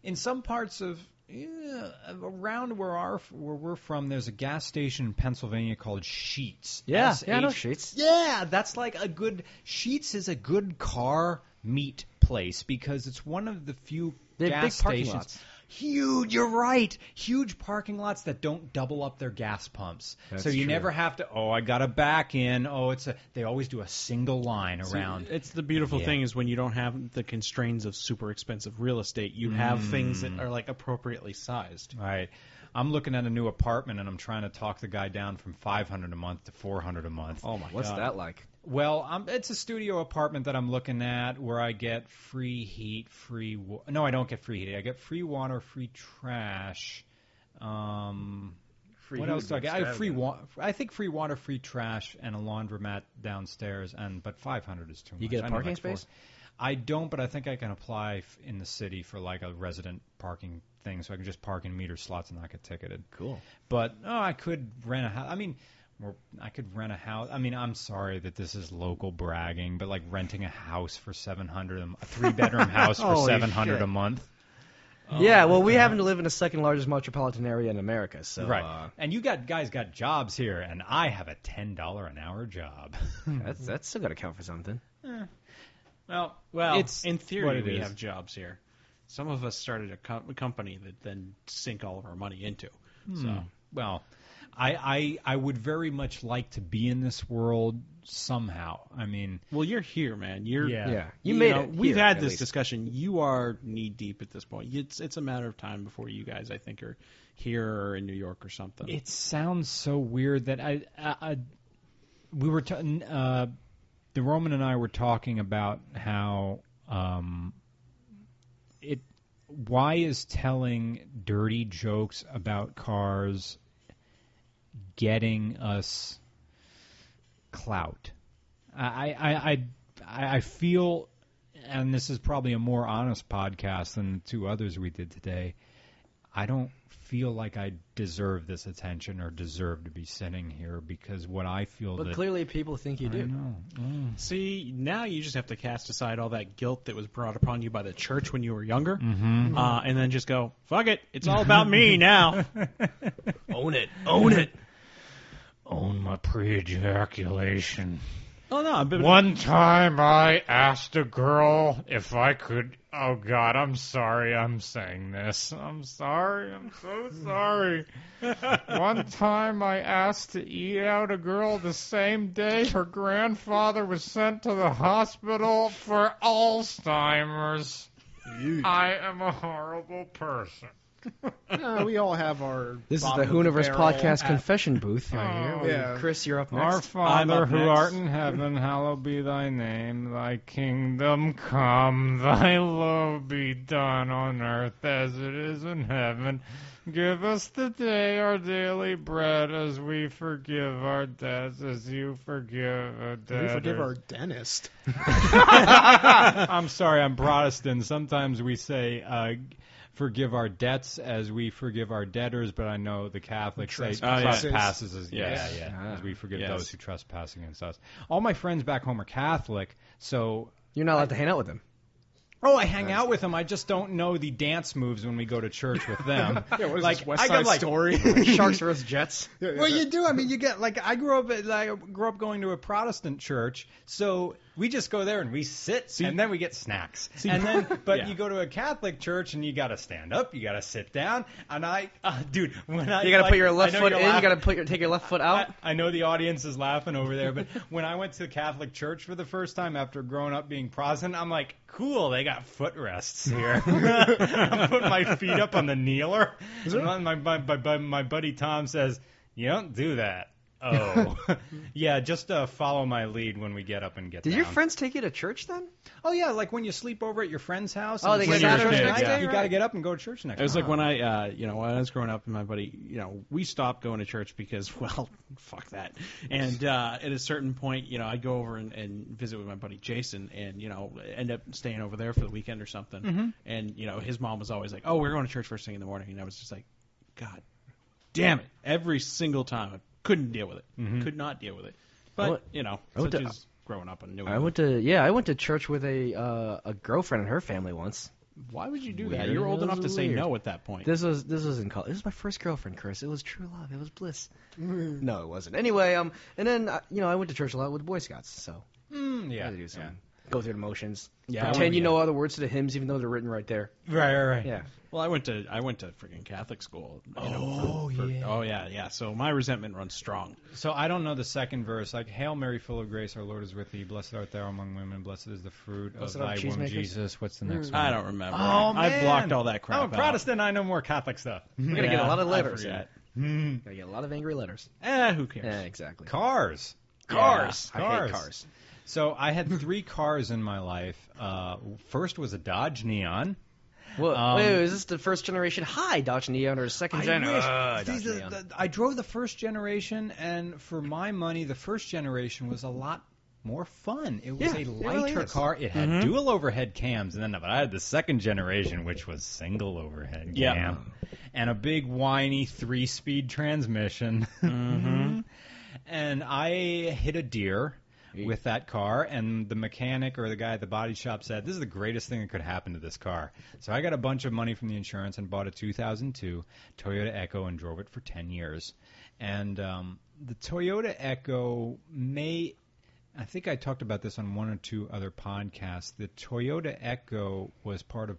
[SPEAKER 7] in some parts of yeah, around where our where we're from, there's a gas station in Pennsylvania called Sheets.
[SPEAKER 4] Yeah,
[SPEAKER 7] S
[SPEAKER 4] yeah, I know
[SPEAKER 7] H-
[SPEAKER 4] Sheetz.
[SPEAKER 7] Yeah, that's like a good Sheets is a good car meet place because it's one of the few
[SPEAKER 4] They have
[SPEAKER 7] gas
[SPEAKER 4] big parking
[SPEAKER 7] stations.
[SPEAKER 4] lots.
[SPEAKER 7] Huge, you're right. Huge parking lots that don't double up their gas pumps. so you
[SPEAKER 4] true.
[SPEAKER 7] never have to. Oh, I got to back in. Oh, it's a. They always do a single line around.
[SPEAKER 6] It's the beautiful
[SPEAKER 7] Yeah.
[SPEAKER 6] thing is when you don't have the constraints of super expensive real estate, you have things that are like appropriately sized.
[SPEAKER 7] Mm. Right. I'm looking at a new apartment and I'm trying to talk the guy down from 500 a month to 400 a month.
[SPEAKER 6] Oh my
[SPEAKER 4] What's
[SPEAKER 6] god!
[SPEAKER 4] that like?
[SPEAKER 7] Well, I'm, it's a studio apartment that I'm looking at where I get free heat, free wa- no, I don't get free heat. I get free water, free trash. Um,
[SPEAKER 4] Free
[SPEAKER 7] what
[SPEAKER 4] heat
[SPEAKER 7] else
[SPEAKER 4] would
[SPEAKER 7] do I
[SPEAKER 4] be
[SPEAKER 7] get? I have free
[SPEAKER 4] extravagant.
[SPEAKER 7] wa- I think free water, free trash, and a laundromat downstairs. And but 500 is too much.
[SPEAKER 4] You get a
[SPEAKER 7] I know
[SPEAKER 4] parking
[SPEAKER 7] like four-
[SPEAKER 4] space?
[SPEAKER 7] I don't, but I think I can apply f- in the city for like a resident parking thing, so I can just park in meter slots and not get ticketed.
[SPEAKER 4] Cool.
[SPEAKER 7] But oh, I could rent a house. I mean, or I could rent a house. I mean, I'm sorry that this is local bragging, but like renting a house for 700, a m- a
[SPEAKER 4] *laughs*
[SPEAKER 7] three bedroom house for
[SPEAKER 4] Holy
[SPEAKER 7] 700
[SPEAKER 4] shit.
[SPEAKER 7] a month.
[SPEAKER 4] yeah, well, we happen to live in the second largest metropolitan area in America, so
[SPEAKER 7] right.
[SPEAKER 4] uh,
[SPEAKER 7] and you got guys got jobs here, and I have a $10 an hour job.
[SPEAKER 4] that's that's still got to count for something.
[SPEAKER 7] well,
[SPEAKER 6] Well,
[SPEAKER 7] It's
[SPEAKER 6] in
[SPEAKER 7] what
[SPEAKER 6] theory,
[SPEAKER 7] it
[SPEAKER 6] we
[SPEAKER 7] is.
[SPEAKER 6] have jobs here. Some of us started a co- company that then sink all of our money into.
[SPEAKER 7] Hmm.
[SPEAKER 6] So
[SPEAKER 7] Well, I, I I would very much like to be in this world somehow. I mean,
[SPEAKER 6] Well, you're here, man. You're
[SPEAKER 7] Yeah.
[SPEAKER 4] Yeah. You made it
[SPEAKER 6] We've
[SPEAKER 4] here,
[SPEAKER 6] had
[SPEAKER 4] at
[SPEAKER 6] this
[SPEAKER 4] least.
[SPEAKER 6] discussion. You are knee deep at this point. It's it's a matter of time before you guys, I think, are here or in New York or something.
[SPEAKER 7] it sounds so weird that I, I, I we were ta- uh, the Roman and I were talking about how um, it why is telling dirty jokes about cars getting us clout? I I I- I, I feel, and this is probably a more honest podcast than the two others we did today. I don't feel like I deserve this attention or deserve to be sitting here because what I feel
[SPEAKER 4] But
[SPEAKER 7] that
[SPEAKER 4] clearly, people think you
[SPEAKER 7] I
[SPEAKER 4] do.
[SPEAKER 7] know. Mm.
[SPEAKER 6] See, now you just have to cast aside all that guilt that was brought upon you by the church when you were younger, uh, and then just go, "Fuck it, it's all about me now."
[SPEAKER 4] Own it. Own it.
[SPEAKER 7] Own my pre-ejaculation.
[SPEAKER 6] oh no, but
[SPEAKER 7] One time I asked a girl if I could. Oh God, I'm sorry. I'm saying this. I'm sorry. I'm so sorry. *laughs* One time I asked to eat out a girl the same day her grandfather was sent to the hospital for Alzheimer's. I am a horrible person.
[SPEAKER 5] Uh, we all have our.
[SPEAKER 4] This
[SPEAKER 5] bottom
[SPEAKER 4] is
[SPEAKER 5] of
[SPEAKER 4] the Hooniverse
[SPEAKER 5] barrel.
[SPEAKER 4] podcast confession booth right
[SPEAKER 7] Oh,
[SPEAKER 4] here.
[SPEAKER 5] yeah.
[SPEAKER 4] Chris, you're up
[SPEAKER 7] Our
[SPEAKER 4] next.
[SPEAKER 6] I'm
[SPEAKER 7] Father
[SPEAKER 6] up
[SPEAKER 7] who
[SPEAKER 6] next.
[SPEAKER 7] art in heaven, hallowed be thy name. Thy kingdom come, thy will be done on earth as it is in heaven. Give us today our daily bread as we forgive our debts, as you forgive our
[SPEAKER 5] We
[SPEAKER 7] debtors.
[SPEAKER 5] forgive our dentist.
[SPEAKER 7] I'm sorry, I'm Protestant. Sometimes we say, uh, forgive our debts as we forgive our debtors, but I know the Catholics
[SPEAKER 5] Trespasses. Oh,
[SPEAKER 7] say trespasses as, yeah,
[SPEAKER 6] Yes.
[SPEAKER 7] yeah, as
[SPEAKER 5] Ah,
[SPEAKER 7] we forgive
[SPEAKER 6] Yes.
[SPEAKER 7] those who trespass against us. All my friends back home are Catholic, so.
[SPEAKER 4] You're not allowed to hang out with them.
[SPEAKER 7] Oh, I hang out with them. I just don't know the dance moves when we go to church with them.
[SPEAKER 5] *laughs* Yeah, what is
[SPEAKER 7] Like,
[SPEAKER 5] this, West
[SPEAKER 7] I
[SPEAKER 5] Side
[SPEAKER 7] got, like-
[SPEAKER 5] Story?
[SPEAKER 4] Sharks versus Jets.
[SPEAKER 5] Yeah, yeah,
[SPEAKER 7] Well,
[SPEAKER 5] yeah.
[SPEAKER 7] you do. I mean, you get like I grew up. Like, I grew up going to a Protestant church, so we just go there and we sit, and then we get snacks.
[SPEAKER 5] *laughs*
[SPEAKER 7] and then, but
[SPEAKER 6] Yeah.
[SPEAKER 7] you go to a Catholic church and you got to stand up, you got to sit down. And I, uh, dude, when I
[SPEAKER 4] You gotta
[SPEAKER 7] like,
[SPEAKER 4] put your left
[SPEAKER 7] I know
[SPEAKER 4] foot
[SPEAKER 7] you're
[SPEAKER 4] in. You
[SPEAKER 7] laughing-
[SPEAKER 4] gotta put your take your left foot out.
[SPEAKER 7] I, I know the audience is laughing over there, but *laughs* when I went to the Catholic church for the first time after growing up being Protestant, I'm like, cool, they got footrests here. *laughs* I'm putting my feet up on the kneeler. And my, my, my, my, my buddy Tom says, you don't do that.
[SPEAKER 4] *laughs*
[SPEAKER 7] Oh, yeah, just uh, follow my lead when we get up and get
[SPEAKER 4] Did
[SPEAKER 7] down.
[SPEAKER 4] your friends take you to church then?
[SPEAKER 7] oh, yeah, like when you sleep over at your friend's house.
[SPEAKER 4] Oh,
[SPEAKER 7] and
[SPEAKER 4] they
[SPEAKER 7] it's
[SPEAKER 6] gotta go to
[SPEAKER 7] Saturday
[SPEAKER 6] church
[SPEAKER 7] night,
[SPEAKER 6] next day,
[SPEAKER 7] You
[SPEAKER 4] right.
[SPEAKER 7] got to get up and go to church next
[SPEAKER 6] It was like
[SPEAKER 7] time.
[SPEAKER 6] when I, uh, you know, when I was growing up, and my buddy, you know, we stopped going to church because, *laughs* well, fuck that. And uh, at a certain point, you know, I go over and, and visit with my buddy Jason, and you know, end up staying over there for the weekend or something. And you know, his mom was always like, "Oh, we're going to church first thing in the morning," and I was just like, "God, damn it!" Every single time, I couldn't deal with it. Could not deal with it. But
[SPEAKER 4] went-
[SPEAKER 6] you know,
[SPEAKER 4] Mm-hmm. I went
[SPEAKER 6] such
[SPEAKER 4] to-
[SPEAKER 6] is growing up and new.
[SPEAKER 4] I went to yeah, I went to church with a uh, a girlfriend and her family once.
[SPEAKER 6] Why would you do that?
[SPEAKER 4] Weird.
[SPEAKER 6] You're old
[SPEAKER 4] That
[SPEAKER 6] enough to
[SPEAKER 4] was
[SPEAKER 6] say
[SPEAKER 4] weird.
[SPEAKER 6] no at that point.
[SPEAKER 4] This was this was in college. This was my first girlfriend, Chris. It was true love. It was bliss.
[SPEAKER 7] Mm.
[SPEAKER 4] no, it wasn't. Anyway, um, and then uh, you know I went to church a lot with the Boy Scouts, so
[SPEAKER 7] Mm,
[SPEAKER 4] I
[SPEAKER 7] yeah,
[SPEAKER 4] had to do something. Go through the motions.
[SPEAKER 6] Yeah, I
[SPEAKER 4] Pretend
[SPEAKER 6] went-
[SPEAKER 4] you know all the words to the hymns, even though they're written right there.
[SPEAKER 7] yeah. Right, right, right.
[SPEAKER 4] Yeah.
[SPEAKER 6] Well, I went to I went to freaking Catholic school. you
[SPEAKER 7] Oh, yeah.
[SPEAKER 6] Oh yeah, yeah. So my resentment runs strong.
[SPEAKER 7] So I don't know the second verse. Like, Hail Mary, full of grace, our Lord is with thee. Blessed art thou among women. Blessed is the Hmm. fruit
[SPEAKER 4] Blessed
[SPEAKER 7] of
[SPEAKER 4] are
[SPEAKER 7] thy
[SPEAKER 4] cheese
[SPEAKER 7] womb,
[SPEAKER 4] makers.
[SPEAKER 7] Jesus. What's the next one?
[SPEAKER 6] I don't remember.
[SPEAKER 7] Oh, man.
[SPEAKER 6] I blocked all that crap.
[SPEAKER 7] I'm a Protestant. I know more Catholic stuff. *laughs*
[SPEAKER 4] We're gonna get a
[SPEAKER 6] Yeah,
[SPEAKER 4] lot of
[SPEAKER 6] I
[SPEAKER 4] letters. in.
[SPEAKER 6] forget.
[SPEAKER 7] Hmm.
[SPEAKER 4] Gonna get a lot of angry letters.
[SPEAKER 6] Out. Eh, who cares?
[SPEAKER 4] Yeah, exactly.
[SPEAKER 7] Cars.
[SPEAKER 6] Cars.
[SPEAKER 4] I hate cars.
[SPEAKER 7] So I had three cars in my life. Uh, first was a Dodge Neon.
[SPEAKER 4] Well,
[SPEAKER 7] Um,
[SPEAKER 4] wait, wait, is this the first generation high Dodge Neon or second gen?
[SPEAKER 7] I wish.
[SPEAKER 4] Uh,
[SPEAKER 7] See,
[SPEAKER 4] Dodge
[SPEAKER 7] the-
[SPEAKER 4] Neon.
[SPEAKER 7] the- I drove the first generation, and for my money, the first generation was a lot more fun. It was
[SPEAKER 4] Yeah,
[SPEAKER 7] a
[SPEAKER 4] it
[SPEAKER 7] lighter
[SPEAKER 4] really is.
[SPEAKER 7] car. It had dual overhead cams, and then but I had the second generation, which was single overhead
[SPEAKER 6] Yeah.
[SPEAKER 7] cam, and a big whiny three-speed transmission. *laughs* and I hit a deer. With that car, and the mechanic or the guy at the body shop said, "This is the greatest thing that could happen to this car." So I got a bunch of money from the insurance and bought a 2002 Toyota Echo and drove it for 10 years. And um, the Toyota Echo may I think I talked about this on one or two other podcasts. The Toyota Echo was part of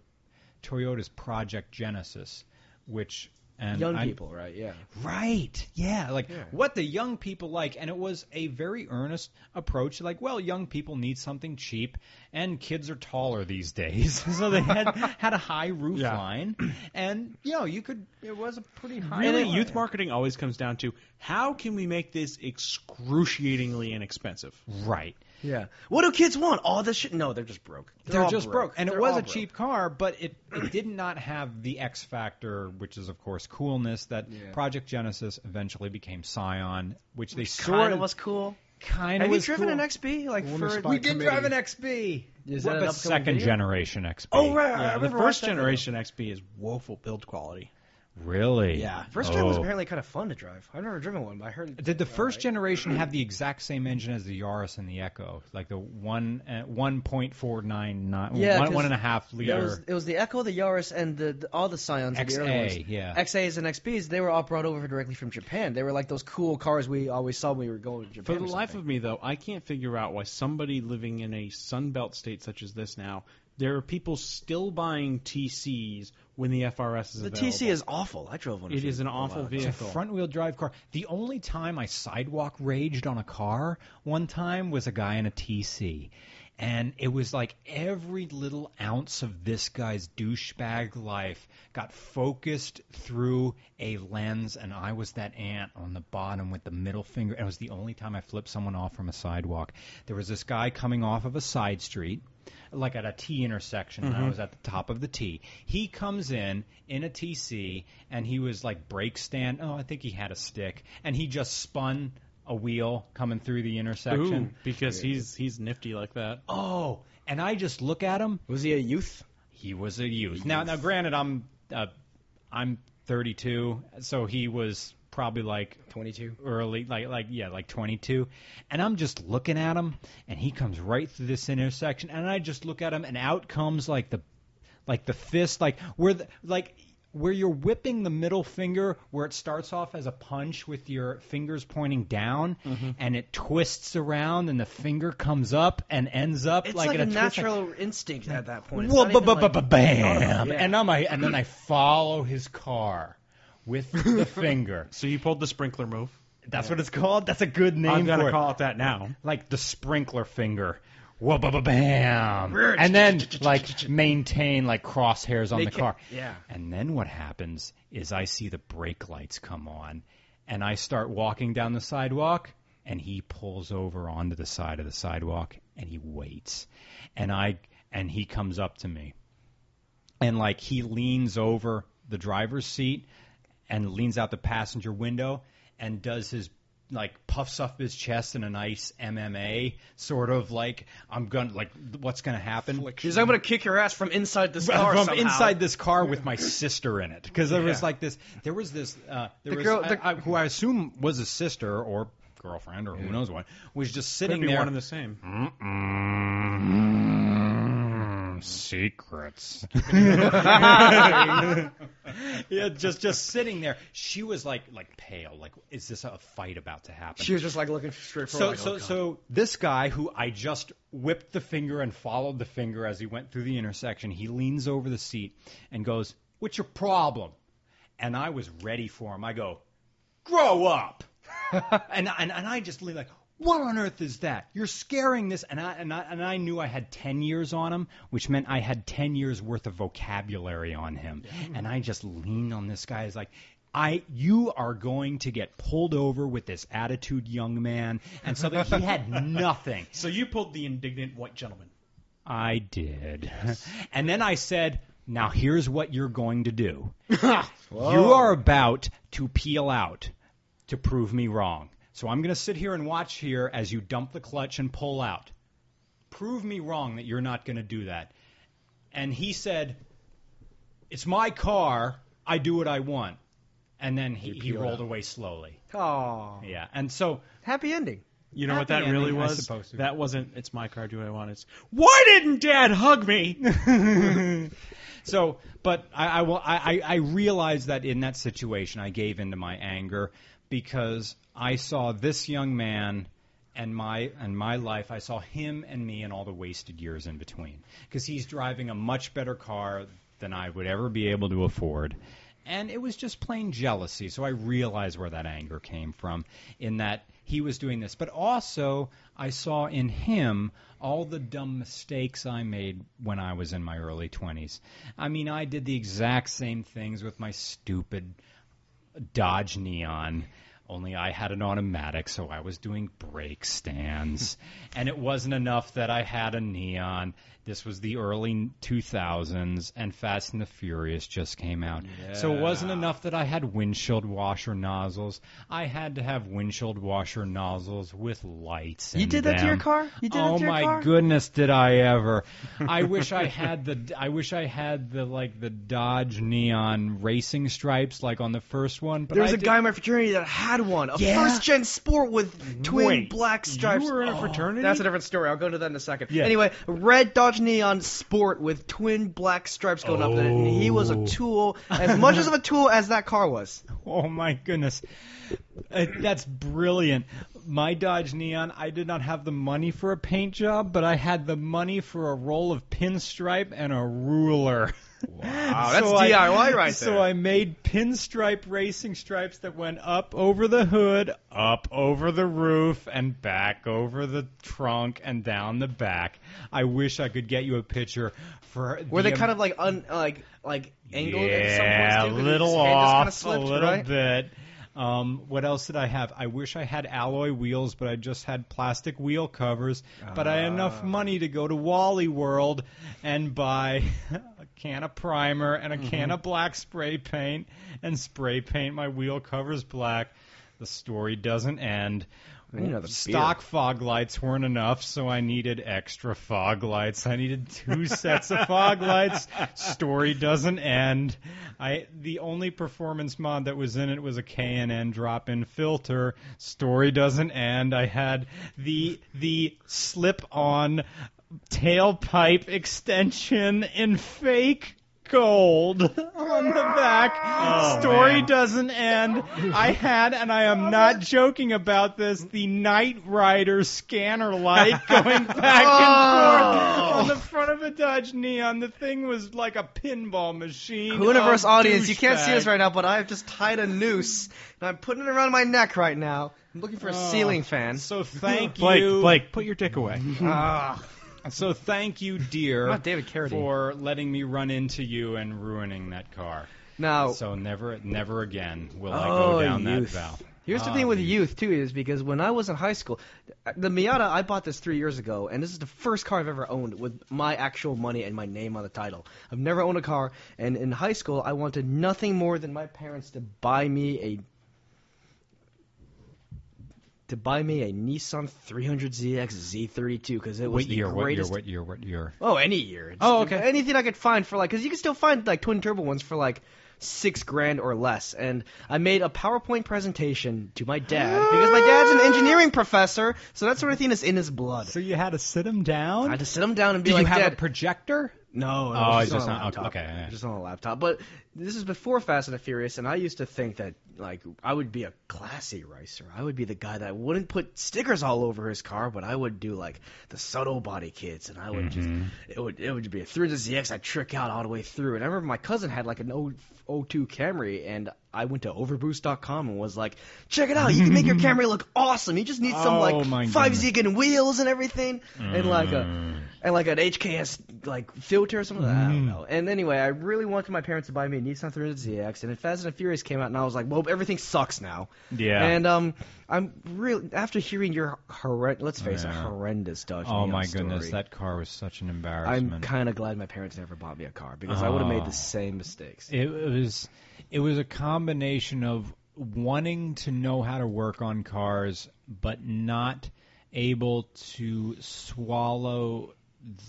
[SPEAKER 7] Toyota's Project Genesis, which and
[SPEAKER 4] Young
[SPEAKER 7] I'm-
[SPEAKER 4] people, right? Yeah.
[SPEAKER 7] Right. Yeah. Like what the young people like. And it was a very earnest approach. Like, well, young people need something cheap, and kids are taller these days. *laughs* so they had had a high roof
[SPEAKER 6] Yeah.
[SPEAKER 7] line. And, you know, you could, it was a pretty high
[SPEAKER 6] Really,
[SPEAKER 7] line.
[SPEAKER 6] youth marketing always comes down to how can we make this excruciatingly inexpensive?
[SPEAKER 7] Right.
[SPEAKER 4] Yeah. What do kids want? All this shit? No, they're just broke.
[SPEAKER 7] They're,
[SPEAKER 4] all
[SPEAKER 7] just broke. And
[SPEAKER 4] They're
[SPEAKER 7] it was
[SPEAKER 4] all
[SPEAKER 7] a
[SPEAKER 4] broke.
[SPEAKER 7] cheap car, but it, it did not have the X factor, which is, of course, coolness that
[SPEAKER 4] Yeah.
[SPEAKER 7] Project Genesis eventually became Scion, which, they sort
[SPEAKER 4] Kind of
[SPEAKER 7] of
[SPEAKER 4] was cool.
[SPEAKER 7] kind
[SPEAKER 4] Have
[SPEAKER 7] of
[SPEAKER 4] you
[SPEAKER 7] was
[SPEAKER 4] driven
[SPEAKER 7] cool.
[SPEAKER 4] an XB? Like
[SPEAKER 5] Wonder
[SPEAKER 4] for
[SPEAKER 5] Spy
[SPEAKER 4] we did
[SPEAKER 5] Committee.
[SPEAKER 4] drive an XB. Is
[SPEAKER 7] What,
[SPEAKER 4] that an
[SPEAKER 7] but
[SPEAKER 4] upcoming
[SPEAKER 7] second
[SPEAKER 4] video?
[SPEAKER 7] generation XP?
[SPEAKER 4] Oh right, right, I
[SPEAKER 6] Yeah, the
[SPEAKER 4] remember
[SPEAKER 6] first
[SPEAKER 4] watching that
[SPEAKER 6] generation XP is woeful build quality.
[SPEAKER 7] Really?
[SPEAKER 6] Yeah.
[SPEAKER 4] video. First drive was
[SPEAKER 7] Oh.
[SPEAKER 4] apparently kind of fun to drive. I've never driven one, but I heard.
[SPEAKER 7] Did the first
[SPEAKER 4] Alright.
[SPEAKER 7] generation have the exact same engine as the Yaris and the Echo, like the one uh, one point four nine nine,
[SPEAKER 4] Yeah,
[SPEAKER 7] one,
[SPEAKER 4] 'cause
[SPEAKER 7] one and a half
[SPEAKER 4] It was,
[SPEAKER 7] liter
[SPEAKER 4] it was the Echo, the Yaris, and the, the- all the Scions. and The early ones.
[SPEAKER 7] XA? Yeah.
[SPEAKER 4] XAs and XBs, they were all brought over directly from Japan. They were like those cool cars we always saw when we were going to
[SPEAKER 6] For
[SPEAKER 4] Japan.
[SPEAKER 6] the
[SPEAKER 4] or
[SPEAKER 6] life
[SPEAKER 4] something.
[SPEAKER 6] of me, though, I can't figure out why somebody living in a sunbelt state such as this now, there are people still buying TCs when the FRS is
[SPEAKER 4] the
[SPEAKER 6] available.
[SPEAKER 4] TC is awful. I drove one. a
[SPEAKER 6] It
[SPEAKER 4] few-
[SPEAKER 6] is an
[SPEAKER 4] a
[SPEAKER 6] awful
[SPEAKER 4] while ago.
[SPEAKER 7] It's a
[SPEAKER 6] vehicle.
[SPEAKER 7] front wheel drive car. The only time I sidewalk raged on a car one time was a guy in a TC. And it was like every little ounce of this guy's douchebag life got focused through a lens, and I was that ant on the bottom with the middle finger. And it was the only time I flipped someone off from a sidewalk. There was this guy coming off of a side street like at a T intersection. and
[SPEAKER 6] Mm-hmm.
[SPEAKER 7] I was at the top of the T. He comes in in a TC and he was like brake stand. Oh, I think he had a stick, and he just spun a wheel coming through the intersection.
[SPEAKER 6] Ooh, because he's he's nifty like that.
[SPEAKER 7] Oh, and I just look at him.
[SPEAKER 4] Was he a youth?
[SPEAKER 7] He was a youth. Now, now, granted, I'm uh, I'm 32, so he was probably like
[SPEAKER 4] Twenty-two.
[SPEAKER 7] early, like like yeah, like 22, and I'm just looking at him, and he comes right through this intersection, and I just look at him, and out comes like the, like the fist, like where the like where you're whipping the middle finger, where it starts off as a punch with your fingers pointing down,
[SPEAKER 4] Mm-hmm.
[SPEAKER 7] and it twists around, and the finger comes up and ends up
[SPEAKER 4] It's
[SPEAKER 7] like,
[SPEAKER 4] like,
[SPEAKER 7] in
[SPEAKER 4] a
[SPEAKER 7] twist,
[SPEAKER 4] natural instinct at that point. It's
[SPEAKER 7] well,
[SPEAKER 4] not
[SPEAKER 7] ba-
[SPEAKER 4] even
[SPEAKER 7] ba-
[SPEAKER 4] like-
[SPEAKER 7] ba- bam,
[SPEAKER 4] Yeah.
[SPEAKER 7] and I'm I, and
[SPEAKER 4] *laughs*
[SPEAKER 7] then I follow his car with the finger.
[SPEAKER 6] So you pulled the sprinkler move.
[SPEAKER 7] That's what it's called. That's a good name
[SPEAKER 6] I'm
[SPEAKER 7] for
[SPEAKER 6] gonna
[SPEAKER 7] it.
[SPEAKER 6] call it that now.
[SPEAKER 7] like the sprinkler finger. Whoa, ba, ba, bam,
[SPEAKER 4] *laughs*
[SPEAKER 7] and then like maintain like crosshairs on
[SPEAKER 4] They
[SPEAKER 7] the
[SPEAKER 4] can-
[SPEAKER 7] car.
[SPEAKER 4] yeah.
[SPEAKER 7] And then what happens is I see the brake lights come on, and I start walking down the sidewalk, and he pulls over onto the side of the sidewalk, and he waits, and I and he comes up to me, and like he leans over the driver's seat and leans out the passenger window and does his like puffs up his chest in a nice MMA sort of like I'm gonna like what's gonna happen
[SPEAKER 4] He's like, I'm gonna kick your ass from inside this car
[SPEAKER 7] from
[SPEAKER 4] somehow.
[SPEAKER 7] inside this car with my sister in it because there was
[SPEAKER 4] Yeah.
[SPEAKER 7] like this there was this uh, there
[SPEAKER 4] The
[SPEAKER 7] was
[SPEAKER 4] girl-
[SPEAKER 7] I-
[SPEAKER 4] the-
[SPEAKER 7] I- who I assume was a sister or girlfriend or who knows what was just sitting
[SPEAKER 6] Could be
[SPEAKER 7] there
[SPEAKER 6] one and the same.
[SPEAKER 7] Mm-mm. Secrets. *laughs* yeah, just just sitting there. She was like like pale. Like, is this a fight about to
[SPEAKER 4] *laughs*
[SPEAKER 7] happen?
[SPEAKER 4] She was just like looking straight
[SPEAKER 7] so
[SPEAKER 4] forward. like,
[SPEAKER 7] so
[SPEAKER 4] oh, God.
[SPEAKER 7] so this guy who I just whipped the finger and followed the finger as he went through the intersection, he leans over the seat and goes, "What's your problem?" And I was ready for him. I go, "Grow up." *laughs* and, and and I just lean like, "What on earth is that? You're scaring this." And I and I and I knew I had 10 years on him, which meant I had 10 years worth of vocabulary on him. And I just leaned on this guy as like, I you are going to get pulled over with this attitude, young man, and something he had *laughs* nothing.
[SPEAKER 6] So you pulled the indignant white gentleman.
[SPEAKER 7] I did. *laughs* And then I said, now here's what you're going to do. You are about to peel out to prove me wrong. So I'm going to sit here and watch here as you dump the clutch and pull out. Prove me wrong that you're not going to do that. And he said, it's my car. I do what I want. And then he, he
[SPEAKER 4] peeled
[SPEAKER 7] rolled
[SPEAKER 4] out.
[SPEAKER 7] away slowly.
[SPEAKER 4] Aw.
[SPEAKER 7] Yeah. And so
[SPEAKER 4] happy ending.
[SPEAKER 6] You know what
[SPEAKER 7] Happy
[SPEAKER 6] that really
[SPEAKER 7] ending, I
[SPEAKER 6] was?
[SPEAKER 7] suppose.
[SPEAKER 6] That wasn't. It's my car. Do what I want? It's why didn't Dad
[SPEAKER 7] *laughs*
[SPEAKER 6] hug me?
[SPEAKER 7] So, but I, I will. I, I I realized that in that situation, I gave into my anger because I saw this young man and my and my life. I saw him and me and all the wasted years in between because he's driving a much better car than I would ever be able to afford. And it was just plain jealousy. So I realized where that anger came from in that he was doing this. But also, I saw in him all the dumb mistakes I made when I was in my early 20s. I mean, I did the exact same things with my stupid Dodge Neon. Only I had an automatic, so I was doing
[SPEAKER 4] *laughs*
[SPEAKER 7] brake stands. and it wasn't enough that I had a neon. This was the early 2000s, and Fast and the Furious just came out. So it wasn't enough that I had windshield washer nozzles. I had to have windshield washer nozzles with lights.
[SPEAKER 4] You
[SPEAKER 7] in
[SPEAKER 4] did that to
[SPEAKER 7] them.
[SPEAKER 4] your car? You did that
[SPEAKER 7] oh
[SPEAKER 4] to your
[SPEAKER 7] my
[SPEAKER 4] car?
[SPEAKER 7] goodness, did I ever! I wish I had the I wish I had the like the Dodge neon racing stripes like on the first one. But
[SPEAKER 4] There was
[SPEAKER 7] I
[SPEAKER 4] a
[SPEAKER 7] did-
[SPEAKER 4] guy in my fraternity that had one, a
[SPEAKER 7] Yeah.
[SPEAKER 4] first gen sport with twin
[SPEAKER 7] Wait,
[SPEAKER 4] black stripes.
[SPEAKER 7] were in a
[SPEAKER 4] Oh,
[SPEAKER 7] fraternity?
[SPEAKER 4] that's a different story. I'll go into that in a second.
[SPEAKER 7] Yeah.
[SPEAKER 4] Anyway, red Dodge Neon Sport with twin black stripes going up, in it, and he was a
[SPEAKER 7] Oh.
[SPEAKER 4] tool, as much
[SPEAKER 7] *laughs*
[SPEAKER 4] of a tool as that car was.
[SPEAKER 7] Oh my goodness. Uh, that's brilliant. My Dodge Neon, I did not have the money for a paint job, but I had the money for a roll of pinstripe and a ruler. *laughs* Wow,
[SPEAKER 4] that's DIY right
[SPEAKER 7] *laughs* So
[SPEAKER 4] there.
[SPEAKER 7] I made pinstripe racing stripes that went up over the hood, up over the roof, and back over the trunk and down the back. I wish I could get you a picture for
[SPEAKER 4] Were
[SPEAKER 7] the
[SPEAKER 4] they kind of like un, like like angled at some points,
[SPEAKER 7] yeah,
[SPEAKER 4] too,
[SPEAKER 7] a
[SPEAKER 4] that
[SPEAKER 7] little
[SPEAKER 4] his hand just
[SPEAKER 7] off,
[SPEAKER 4] kinda slipped,
[SPEAKER 7] a little
[SPEAKER 4] right?
[SPEAKER 7] bit. Um, what else did I have? I wish I had alloy wheels, but I just had plastic wheel covers. But I had
[SPEAKER 4] Ah.
[SPEAKER 7] enough money to go to Wally World and buy *laughs* a can of primer and a
[SPEAKER 4] Mm-hmm.
[SPEAKER 7] can of black spray paint and spray paint my wheel covers black. The story doesn't end.
[SPEAKER 4] another beer.
[SPEAKER 7] Stock fog lights weren't enough, so I needed extra fog lights. I needed two sets of fog lights. Story doesn't end. I the only performance mod that was in it was a K&N drop-in filter. Story doesn't end. I had the the slip-on tailpipe extension in fake gold *laughs* on the back. Story doesn't end. I had, and I am not joking about this, the Knight Rider scanner light
[SPEAKER 4] *laughs*
[SPEAKER 7] going back and
[SPEAKER 4] Oh.
[SPEAKER 7] forth on the front of a Dodge Neon. The thing was like a pinball machine.
[SPEAKER 4] Universe
[SPEAKER 7] of
[SPEAKER 4] audience, you can't see
[SPEAKER 7] douchebag.
[SPEAKER 4] us right now, but I've just tied a noose and I'm putting it around my neck right now. I'm looking for a ceiling fan.
[SPEAKER 7] Oh, So thank
[SPEAKER 6] Blake,
[SPEAKER 7] you.
[SPEAKER 6] Blake, put your dick away.
[SPEAKER 4] Ah.
[SPEAKER 7] So thank you, dear,
[SPEAKER 4] Not David Carradine.
[SPEAKER 7] for letting me run into you and ruining that car.
[SPEAKER 4] *laughs* Now,
[SPEAKER 7] So never, never again will I
[SPEAKER 4] Oh,
[SPEAKER 7] go down
[SPEAKER 4] youth.
[SPEAKER 7] that valve.
[SPEAKER 4] Here's the
[SPEAKER 7] Ah,
[SPEAKER 4] thing with youth too is because when I was in high school, the Miata I bought this three years ago, and this is the first car I've ever owned with my actual money and my name on the title. I've never owned a car, and in high school I wanted nothing more than my parents to buy me a to buy me a Nissan 300ZX Z32 because it was
[SPEAKER 7] What
[SPEAKER 4] the
[SPEAKER 7] year? What year?
[SPEAKER 4] greatest.
[SPEAKER 7] What year? What year?
[SPEAKER 4] Oh, any year. Just
[SPEAKER 7] Oh, okay.
[SPEAKER 4] Anything I could find for like, because you can still find like twin turbo ones for like six grand or less. And I made a PowerPoint presentation to my dad because my dad's
[SPEAKER 7] *gasps*
[SPEAKER 4] an engineering professor, so that sort of thing is in his blood.
[SPEAKER 7] So you had to sit him down.
[SPEAKER 4] I had to sit him down and be
[SPEAKER 7] Did
[SPEAKER 4] like,
[SPEAKER 7] you have
[SPEAKER 4] Dad,
[SPEAKER 7] a projector?
[SPEAKER 4] no, no,
[SPEAKER 7] Oh,
[SPEAKER 4] it's just
[SPEAKER 7] it's just
[SPEAKER 4] on a
[SPEAKER 7] not-
[SPEAKER 4] laptop.
[SPEAKER 7] okay, yeah.
[SPEAKER 4] It's just on a laptop. But this is before Fast and the Furious, and I used to think that like I would be a classy racer. I would be the guy that wouldn't put stickers all over his car, but I would do like the subtle body kits, and I would just
[SPEAKER 7] Mm-hmm.
[SPEAKER 4] it would it would be a through the ZX. I trick out all the way through. And I remember my cousin had like an O- 02 Camry, and I went to Overboost.com and was like, check it out, you can
[SPEAKER 7] *laughs*
[SPEAKER 4] make your Camry look awesome. You just need some
[SPEAKER 7] Oh, my
[SPEAKER 4] like five
[SPEAKER 7] goodness.
[SPEAKER 4] Zegan wheels and everything, and like
[SPEAKER 7] Mm.
[SPEAKER 4] a and like an HKS like filter or something. I don't know. And anyway, I really wanted my parents to buy me a Nissan 300ZX, and then Fast and the Furious came out, and I was like, well, everything sucks now.
[SPEAKER 7] Yeah.
[SPEAKER 4] And um, I'm really after hearing your horrendous, let's face it,
[SPEAKER 7] Yeah.
[SPEAKER 4] horrendous Dodge.
[SPEAKER 7] Oh
[SPEAKER 4] Neon
[SPEAKER 7] my goodness,
[SPEAKER 4] story,
[SPEAKER 7] that car was such an
[SPEAKER 4] I'm
[SPEAKER 7] embarrassment.
[SPEAKER 4] kind of glad my parents never bought me a car because
[SPEAKER 7] Ah.
[SPEAKER 4] I would have made the same mistakes.
[SPEAKER 7] It was, it was a combination of wanting to know how to work on cars, but not able to swallow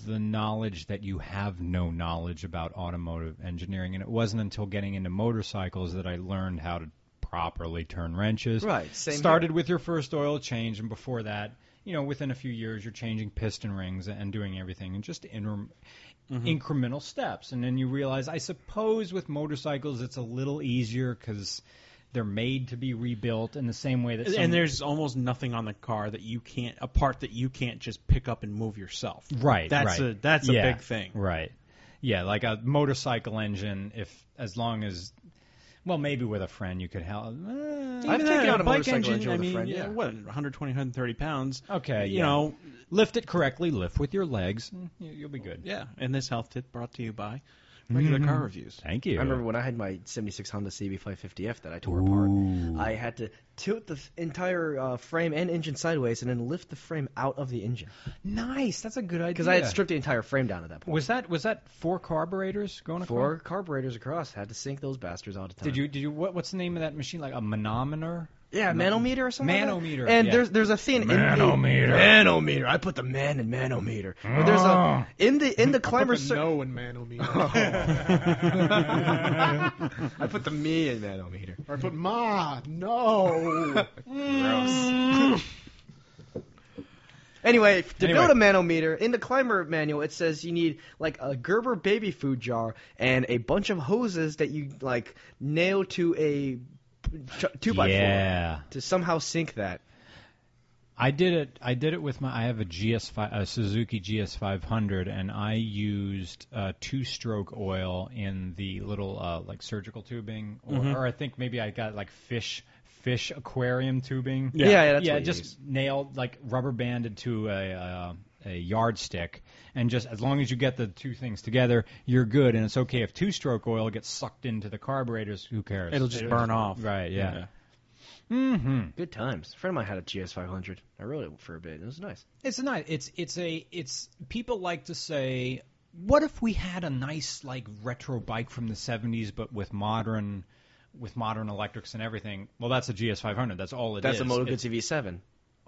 [SPEAKER 7] the knowledge that you have no knowledge about automotive engineering. And it wasn't until getting into motorcycles that I learned how to properly turn wrenches.
[SPEAKER 4] Right, same here.
[SPEAKER 7] Started with your first oil change, and before that, you know, within a few years, you're changing piston rings and doing everything, and just inter-
[SPEAKER 4] Mm-hmm.
[SPEAKER 7] incremental steps. And then you realize, I suppose, with motorcycles, it's a little easier because they're made to be rebuilt in the same way that some,
[SPEAKER 6] *laughs* and there's almost nothing on the car that you can't a part that you can't just pick up and move yourself.
[SPEAKER 7] right.
[SPEAKER 6] That's
[SPEAKER 7] right.
[SPEAKER 6] a that's a
[SPEAKER 7] Yeah,
[SPEAKER 6] big thing.
[SPEAKER 7] Right. yeah, like a motorcycle engine. If as long as, well, maybe with a friend you could help.
[SPEAKER 4] I've
[SPEAKER 6] Even
[SPEAKER 4] taken
[SPEAKER 6] that,
[SPEAKER 4] out a
[SPEAKER 6] bike
[SPEAKER 4] motorcycle
[SPEAKER 6] engine,
[SPEAKER 4] engine
[SPEAKER 6] I
[SPEAKER 4] with a
[SPEAKER 6] mean,
[SPEAKER 4] friend,
[SPEAKER 6] yeah,
[SPEAKER 4] yeah.
[SPEAKER 6] what 120, 130 pounds.
[SPEAKER 7] Okay,
[SPEAKER 6] you
[SPEAKER 7] yeah.
[SPEAKER 6] know,
[SPEAKER 7] lift it correctly. Lift with your legs. and you- You'll be good.
[SPEAKER 6] yeah. And this health tip brought to you by regular
[SPEAKER 7] Mm-hmm.
[SPEAKER 6] car reviews.
[SPEAKER 7] Thank you.
[SPEAKER 4] I remember when I had my 76 Honda CB550F that I tore apart. I had to tilt the f- entire uh, frame and engine sideways and then lift the frame out of the engine
[SPEAKER 7] nice. That's a good idea.
[SPEAKER 4] because I had stripped the entire frame down at that point.
[SPEAKER 7] Was that was that four carburetors going across?
[SPEAKER 4] Four carburetors across had to sink those bastards all the time.
[SPEAKER 7] Did you did you what, what's the name of that machine? Like a manometer?
[SPEAKER 4] Yeah, manometer or something. like that?
[SPEAKER 7] Manometer,
[SPEAKER 4] and
[SPEAKER 7] yeah.
[SPEAKER 4] there's there's a thing.
[SPEAKER 7] Manometer.
[SPEAKER 4] In the, manometer. I put the man in manometer. But there's a in the in the climber.
[SPEAKER 5] Put the
[SPEAKER 4] cir-
[SPEAKER 5] no in manometer. *laughs*
[SPEAKER 4] I put the me in manometer.
[SPEAKER 5] Or put ma *laughs* no.
[SPEAKER 4] Anyway, to
[SPEAKER 7] Anyway.
[SPEAKER 4] build a manometer, in the climber manual, it says you need like a Gerber baby food jar and a bunch of hoses that you like nail to a ch- two by
[SPEAKER 7] Yeah.
[SPEAKER 4] four to somehow sink that.
[SPEAKER 7] I did it. I did it with my. I have a GS5, a Suzuki GS500, and I used uh, two-stroke oil in the little uh, like surgical tubing, or,
[SPEAKER 4] Mm-hmm.
[SPEAKER 7] or I think maybe I got like fish fish aquarium tubing.
[SPEAKER 4] Yeah, yeah, that's
[SPEAKER 7] yeah.
[SPEAKER 4] what you
[SPEAKER 7] just
[SPEAKER 4] use.
[SPEAKER 7] nailed like rubber banded to a. Uh, a yardstick, and just as long as you get the two things together, you're good, and it's okay if two-stroke oil gets sucked into the carburetors. Who cares?
[SPEAKER 6] It'll just burn off.
[SPEAKER 7] Right.
[SPEAKER 6] Yeah.
[SPEAKER 7] Yeah. Mm-hmm.
[SPEAKER 4] Good times. A friend of mine had a GS500. I rode it for a bit. It was nice.
[SPEAKER 7] It's not. It's it's a it's people like to say, what if we had a nice like retro bike from the 70s, but with modern, with modern electrics and everything. Well, that's a GS500. That's all it is.
[SPEAKER 4] That's a Moto
[SPEAKER 7] It's-
[SPEAKER 4] Guzzi V7.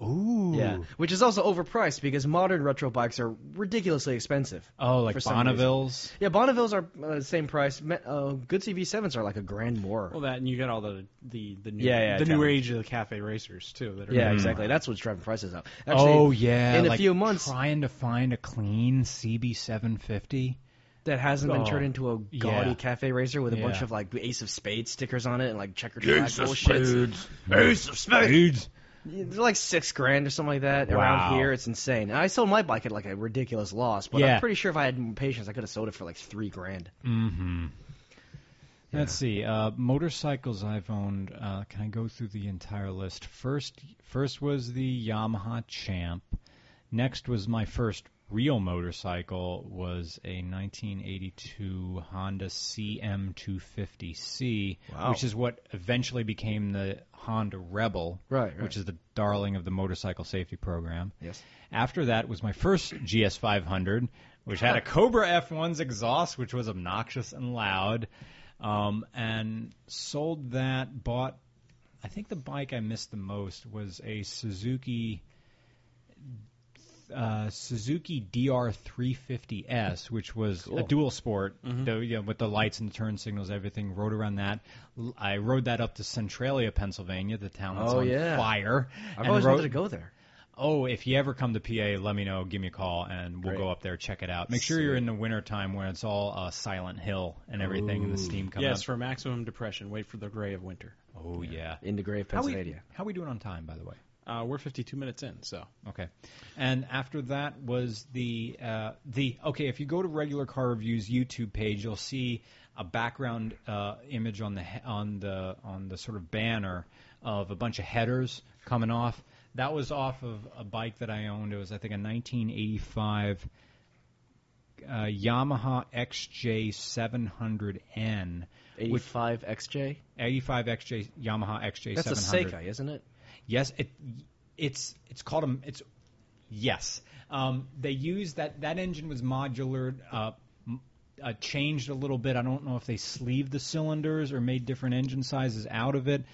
[SPEAKER 7] Ooh.
[SPEAKER 4] Yeah, which is also overpriced because modern retro bikes are ridiculously expensive.
[SPEAKER 7] Oh, like
[SPEAKER 4] For some reason.
[SPEAKER 7] Bonnevilles.
[SPEAKER 4] Yeah, Bonnevilles are uh, the same price. Me- Uh, good CV7s are like a grand more.
[SPEAKER 6] Well, that and you got all the the the new
[SPEAKER 4] Yeah, yeah,
[SPEAKER 6] the new
[SPEAKER 4] totally.
[SPEAKER 6] age of the cafe racers too. That are
[SPEAKER 4] yeah, exactly. That's what's driving prices up.
[SPEAKER 7] Hmm. oh yeah.
[SPEAKER 4] in a
[SPEAKER 7] like
[SPEAKER 4] few months-
[SPEAKER 7] trying to find a clean CB750.
[SPEAKER 4] that hasn't been
[SPEAKER 7] Oh,
[SPEAKER 4] turned into a gaudy
[SPEAKER 7] yeah.
[SPEAKER 4] cafe racer with a bunch
[SPEAKER 7] Yeah.
[SPEAKER 4] of like Ace of Spades stickers on it and like checker flag bullshit.
[SPEAKER 7] Ace of spades.
[SPEAKER 4] They're like six grand or something like that
[SPEAKER 7] Wow.
[SPEAKER 4] around here. It's insane. And I sold my bike at like a ridiculous loss, but
[SPEAKER 7] Yeah.
[SPEAKER 4] I'm pretty sure if I had more patience, I could have sold it for like three grand.
[SPEAKER 7] Mm-hmm. Let's see. Uh, motorcycles I've owned. Uh, can I go through the entire list? First, first was the Yamaha Champ. Next was my first real motorcycle was a 1982 Honda CM250C, which is what eventually became the Honda Rebel,
[SPEAKER 4] Right, right.
[SPEAKER 7] which is the darling of the motorcycle safety program.
[SPEAKER 4] Yes.
[SPEAKER 7] After that was my first GS500, which had a Cobra F1's exhaust, which was obnoxious and loud, um, and sold that. Bought, I think the bike I missed the most was a Suzuki uh, Suzuki DR350S, which was a dual sport,
[SPEAKER 4] Mm-hmm.
[SPEAKER 7] though, you know, with the lights and the turn signals, everything. Rode around that. L- I rode that up to Centralia, Pennsylvania, the town that's
[SPEAKER 4] Oh,
[SPEAKER 7] on
[SPEAKER 4] yeah.
[SPEAKER 7] fire.
[SPEAKER 4] I've
[SPEAKER 7] and
[SPEAKER 4] always
[SPEAKER 7] rode-
[SPEAKER 4] wanted to go there.
[SPEAKER 7] Oh, if you ever come to PA, let me know. Give me a call, and we'll
[SPEAKER 4] Great.
[SPEAKER 7] go up there, check it out. Make sure you're in the wintertime when it's all uh, Silent Hill and everything, and the steam coming
[SPEAKER 6] Yes,
[SPEAKER 7] up.
[SPEAKER 6] for maximum depression, wait for the gray of winter.
[SPEAKER 7] Oh yeah.
[SPEAKER 4] In the grave,
[SPEAKER 7] How we
[SPEAKER 4] Pennsylvania.
[SPEAKER 7] how we doing on time, by the way?
[SPEAKER 6] Uh, we're 52 minutes in, so
[SPEAKER 7] Okay. And after that was the uh, the okay. If you go to regular car reviews YouTube page, you'll see a background uh, image on the he- on the on the sort of banner of a bunch of headers coming off. That was off of a bike that I owned. It was I think a 1985 uh, Yamaha XJ700N, which
[SPEAKER 4] 85 XJ.
[SPEAKER 7] 85 XJ Yamaha XJ700.
[SPEAKER 4] That's a Seika, isn't it?
[SPEAKER 7] Yes, it it's it's called a it's yes. Um, they used that that engine was modular, uh, m- uh, changed a little bit. I don't know if they sleeved the cylinders or made different engine sizes out of it.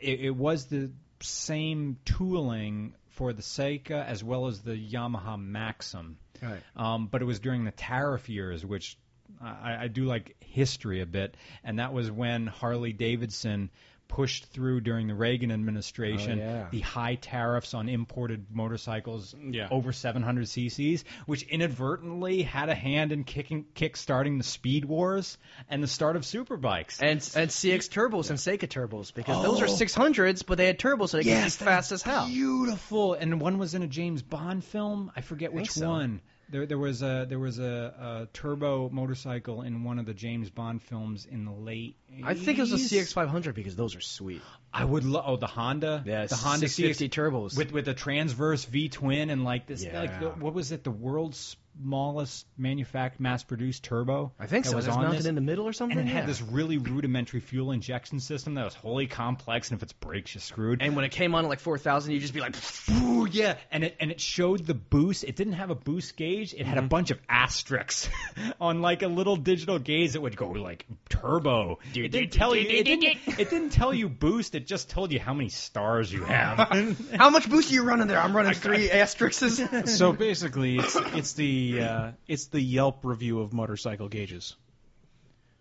[SPEAKER 7] It, it was the same tooling for the Seika as well as the Yamaha Maxim.
[SPEAKER 4] Right.
[SPEAKER 7] Um, but it was during the tariff years, which I, I do like history a bit, and that was when Harley Davidson pushed through during the Reagan administration
[SPEAKER 4] Oh, yeah.
[SPEAKER 7] the high tariffs on imported motorcycles
[SPEAKER 6] Yeah.
[SPEAKER 7] over 700 cc's, which inadvertently had a hand in kicking kick starting the speed wars and the start of superbikes.
[SPEAKER 4] And and CX turbos and Seika turbos because those are 600s, but they had turbos, so they could be
[SPEAKER 7] Oh. that's
[SPEAKER 4] fast as hell.
[SPEAKER 7] Beautiful. And one was in a James Bond film. I forget which
[SPEAKER 4] so.
[SPEAKER 7] one. There, there was a there was a, a turbo motorcycle in one of the James Bond films in the late. 80s.
[SPEAKER 4] I think it was a CX500 because those are sweet.
[SPEAKER 7] I would love oh the Honda.
[SPEAKER 4] Yeah,
[SPEAKER 7] the Honda CX
[SPEAKER 4] turbos.
[SPEAKER 7] with with the transverse V twin and like this. Like
[SPEAKER 4] Yeah.
[SPEAKER 7] the, what was it? The world's smallest manufactured mass produced turbo.
[SPEAKER 4] I think
[SPEAKER 7] that
[SPEAKER 4] so.
[SPEAKER 7] Was
[SPEAKER 4] There's
[SPEAKER 7] on
[SPEAKER 4] nothing
[SPEAKER 7] this.
[SPEAKER 4] in the middle or something.
[SPEAKER 7] and it
[SPEAKER 4] Yeah.
[SPEAKER 7] had this really rudimentary fuel injection system that was wholly complex, and if it's brakes, you're screwed.
[SPEAKER 4] And when it came on at like 4,000, you'd just be
[SPEAKER 7] *laughs*
[SPEAKER 4] like,
[SPEAKER 7] Ooh, yeah, and it and it showed the boost. It didn't have a boost gauge. It had
[SPEAKER 4] Mm-hmm.
[SPEAKER 7] a bunch of asterisks *laughs* on like a little digital gauge that would go like turbo. It didn't tell you. It didn't, it didn't tell you boost. It just told you how many stars you
[SPEAKER 4] *laughs*
[SPEAKER 7] have.
[SPEAKER 4] how much boost are you running there? I'm running three
[SPEAKER 7] *laughs*
[SPEAKER 4] asterisks.
[SPEAKER 6] So basically, it's it's the uh, it's the Yelp review of motorcycle gauges.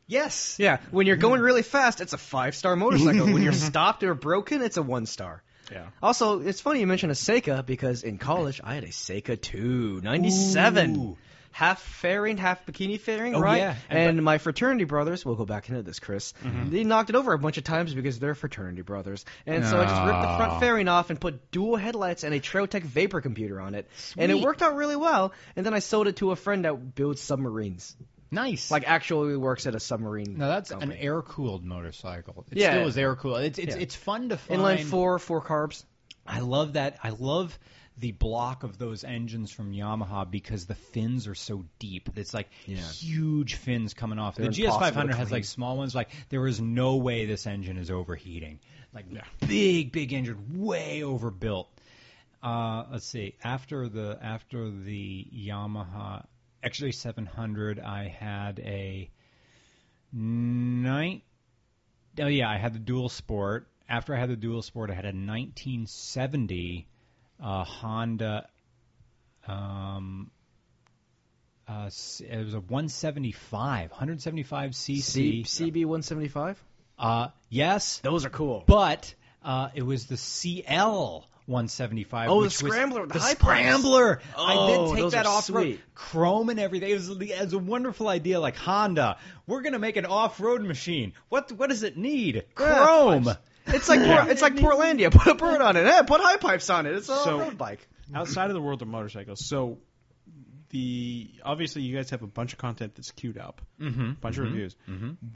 [SPEAKER 4] yes. Yeah. When you're going really fast, it's a five star motorcycle.
[SPEAKER 7] *laughs*
[SPEAKER 4] when you're stopped or broken, it's a one star.
[SPEAKER 6] Yeah.
[SPEAKER 4] Also, it's funny you mentioned a Seika because in college I had a Seika 2, 97.
[SPEAKER 7] Ooh.
[SPEAKER 4] Half fairing, half bikini fairing,
[SPEAKER 7] Oh,
[SPEAKER 4] right?
[SPEAKER 7] yeah. And- Mm-hmm.
[SPEAKER 4] And, my fraternity brothers, we'll go back into this, Chris. They knocked it over a bunch of times because they're fraternity brothers. And so I just ripped the
[SPEAKER 7] Ah.
[SPEAKER 4] front fairing off and put dual headlights and a Trailtech vapor computer on it. And it
[SPEAKER 7] Sweet.
[SPEAKER 4] worked out really well. And then I sold it to a friend that builds submarines.
[SPEAKER 7] nice.
[SPEAKER 4] Like actually works at a submarine.
[SPEAKER 7] no, that's an
[SPEAKER 4] company.
[SPEAKER 7] air cooled motorcycle. It
[SPEAKER 4] Yeah.
[SPEAKER 7] still is air cooled. It's it's
[SPEAKER 4] Yeah.
[SPEAKER 7] it's fun to find.
[SPEAKER 4] Inline four, four carbs.
[SPEAKER 7] I love that. I love the block of those engines from Yamaha because the fins are so deep. It's like huge fins coming off.
[SPEAKER 4] They're
[SPEAKER 7] the GS500
[SPEAKER 4] impossible to
[SPEAKER 7] has
[SPEAKER 4] clean.
[SPEAKER 7] like small ones. Like there is no way this engine is overheating. Like big, big engine, way overbuilt. Uh, let's see. After the after the Yamaha XJ700, I had a nine. Oh yeah, I had the dual sport. After I had the dual sport, I had a 1970 uh, Honda. Um, uh, s- it was a 175, 175
[SPEAKER 4] C-
[SPEAKER 7] cc.
[SPEAKER 4] CB 175.
[SPEAKER 7] Uh, yes,
[SPEAKER 4] Those are cool.
[SPEAKER 7] but uh, it was the CL. 175.
[SPEAKER 4] Oh, the
[SPEAKER 7] which was
[SPEAKER 4] scrambler with the
[SPEAKER 7] the
[SPEAKER 4] high price.
[SPEAKER 7] scrambler. I
[SPEAKER 4] Oh,
[SPEAKER 7] did take
[SPEAKER 4] those
[SPEAKER 7] that
[SPEAKER 4] are
[SPEAKER 7] off road,
[SPEAKER 4] sweet.
[SPEAKER 7] chrome and everything. It was, it was a wonderful idea. Like Honda, we're gonna make an off road machine. What what does it need?
[SPEAKER 4] Yeah,
[SPEAKER 7] Chrome. *laughs*
[SPEAKER 4] pipes. It's like Por- it's like Portlandia. Put a bird on it. Eh, put high pipes on it. It's a
[SPEAKER 6] So-
[SPEAKER 4] road bike.
[SPEAKER 6] Outside of the world of motorcycles, so the obviously you guys have a bunch of content that's queued up, mm-hmm. bunch of reviews.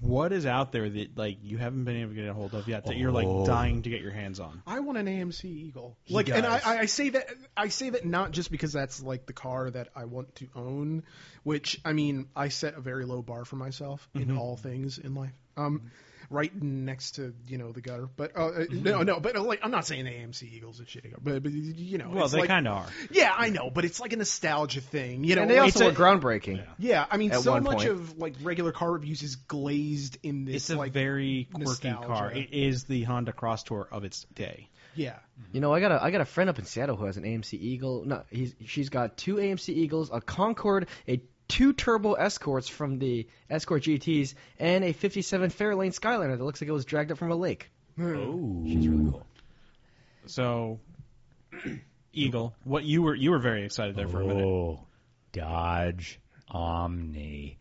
[SPEAKER 6] What is out there that like you haven't been able to get a hold of yet that you're
[SPEAKER 4] Oh.
[SPEAKER 6] like dying to get your hands on?
[SPEAKER 5] I want an AMC Eagle. Like, and I, I I say that I say that not just because that's like the car that I want to own, which I mean I set a very low bar for myself
[SPEAKER 4] Mm-hmm.
[SPEAKER 5] in all things in life. Um, right next to you know the gutter, but uh, uh,
[SPEAKER 4] Mm-hmm.
[SPEAKER 5] no, no, but uh, like I'm not saying the AMC Eagle's a shitty car, but, but you know,
[SPEAKER 6] Well,
[SPEAKER 5] it's
[SPEAKER 6] they
[SPEAKER 5] like,
[SPEAKER 6] kind of are.
[SPEAKER 5] Yeah, I know, but it's like a nostalgia thing, you know.
[SPEAKER 4] And they
[SPEAKER 5] like-
[SPEAKER 4] also were
[SPEAKER 5] it's a-
[SPEAKER 4] groundbreaking.
[SPEAKER 5] yeah, I mean,
[SPEAKER 4] at
[SPEAKER 5] so
[SPEAKER 4] one
[SPEAKER 5] much
[SPEAKER 4] point.
[SPEAKER 5] of like regular car reviews is glazed in this.
[SPEAKER 6] It's a
[SPEAKER 5] like,
[SPEAKER 6] very quirky
[SPEAKER 5] nostalgia.
[SPEAKER 6] car. It is the Honda Cross Tour of its day.
[SPEAKER 5] yeah.
[SPEAKER 4] You know, I got a I got a friend up in Seattle who has an AMC Eagle. No, he's she's got two AMC Eagles, a Concorde, a two turbo Escorts from the Escort GTS, and a '57 Fairlane Skyliner that looks like it was dragged up from a lake. Oh.
[SPEAKER 7] She's really cool.
[SPEAKER 6] So, Eagle, what you were you were very excited there for a minute.
[SPEAKER 7] Oh, Dodge Omni.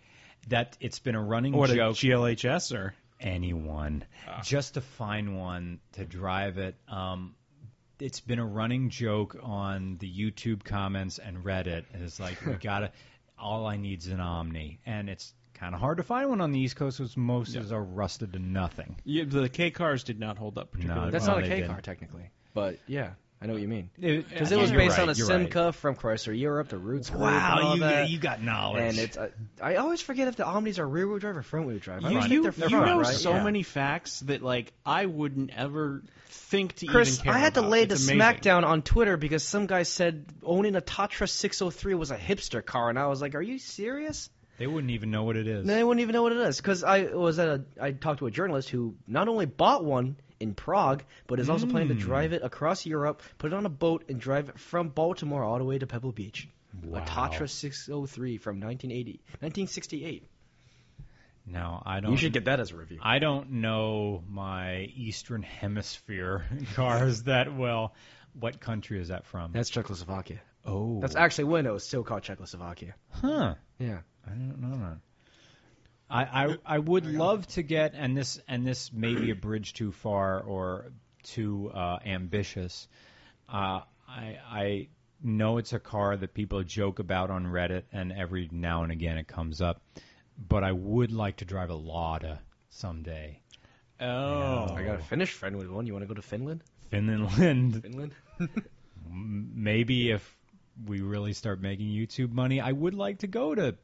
[SPEAKER 7] That it's been a running
[SPEAKER 6] What a
[SPEAKER 7] joke.
[SPEAKER 6] GLHS or
[SPEAKER 7] anyone
[SPEAKER 4] Ah.
[SPEAKER 7] just to find one to drive it um it's been a running joke on the YouTube comments and Reddit is like
[SPEAKER 4] *laughs*
[SPEAKER 7] we gotta all I need's an Omni and it's kind of hard to find one on the East Coast because most is are rusted to nothing.
[SPEAKER 6] yeah, the K cars did not uh, hold up particularly.
[SPEAKER 7] No,
[SPEAKER 6] well.
[SPEAKER 4] That's
[SPEAKER 7] Well,
[SPEAKER 4] not a
[SPEAKER 7] they
[SPEAKER 4] K
[SPEAKER 7] didn't.
[SPEAKER 4] car technically, but yeah, I know what you mean.
[SPEAKER 7] Because
[SPEAKER 4] Because it was based on a Simca from Chrysler Europe, the Roots. group, and
[SPEAKER 7] Wow,
[SPEAKER 4] all
[SPEAKER 7] you
[SPEAKER 4] that.
[SPEAKER 7] got, you got knowledge.
[SPEAKER 4] Uh, And it's I, I always forget if the Omnis are rear wheel drive or front wheel drive. I
[SPEAKER 6] You,
[SPEAKER 4] always
[SPEAKER 6] you,
[SPEAKER 4] think they're
[SPEAKER 6] you
[SPEAKER 4] front,
[SPEAKER 6] know
[SPEAKER 4] right?
[SPEAKER 6] so
[SPEAKER 4] Yeah.
[SPEAKER 6] many facts that like I wouldn't ever think to
[SPEAKER 4] Chris,
[SPEAKER 6] even care
[SPEAKER 4] I had to
[SPEAKER 6] about.
[SPEAKER 4] lay
[SPEAKER 6] It's
[SPEAKER 4] the
[SPEAKER 6] amazing.
[SPEAKER 4] smackdown on Twitter because some guy said owning a Tatra 603 was a hipster car, and I was like, "Are you serious?"
[SPEAKER 7] they wouldn't even know what it is.
[SPEAKER 4] And they wouldn't even know what it is because I was at a I talked to a journalist who not only bought one in Prague, but is also
[SPEAKER 6] Hmm.
[SPEAKER 4] planning to drive it across Europe, put it on a boat, and drive it from Baltimore all the way to Pebble Beach. A
[SPEAKER 7] Wow.
[SPEAKER 4] Tatra 603 from 1980, 1968.
[SPEAKER 7] No, I don't.
[SPEAKER 4] get that as a review.
[SPEAKER 7] I don't know my Eastern Hemisphere *laughs* cars that well. What country is that from?
[SPEAKER 4] That's Czechoslovakia.
[SPEAKER 7] oh,
[SPEAKER 4] That's actually when it was still called Czechoslovakia.
[SPEAKER 7] huh.
[SPEAKER 4] Yeah.
[SPEAKER 7] I don't know that. I, I I would love to get and this and this may *clears throat* be a bridge too far or too uh, ambitious. Uh, I I know it's a car that people joke about on Reddit, and every now and again it comes up. But I would like to drive a Lada someday.
[SPEAKER 6] Oh,
[SPEAKER 4] I got a Finnish friend with one. You want to go to Finland?
[SPEAKER 7] Finland, *laughs*
[SPEAKER 4] Finland?
[SPEAKER 7] maybe if we really start making YouTube money, I would like to go to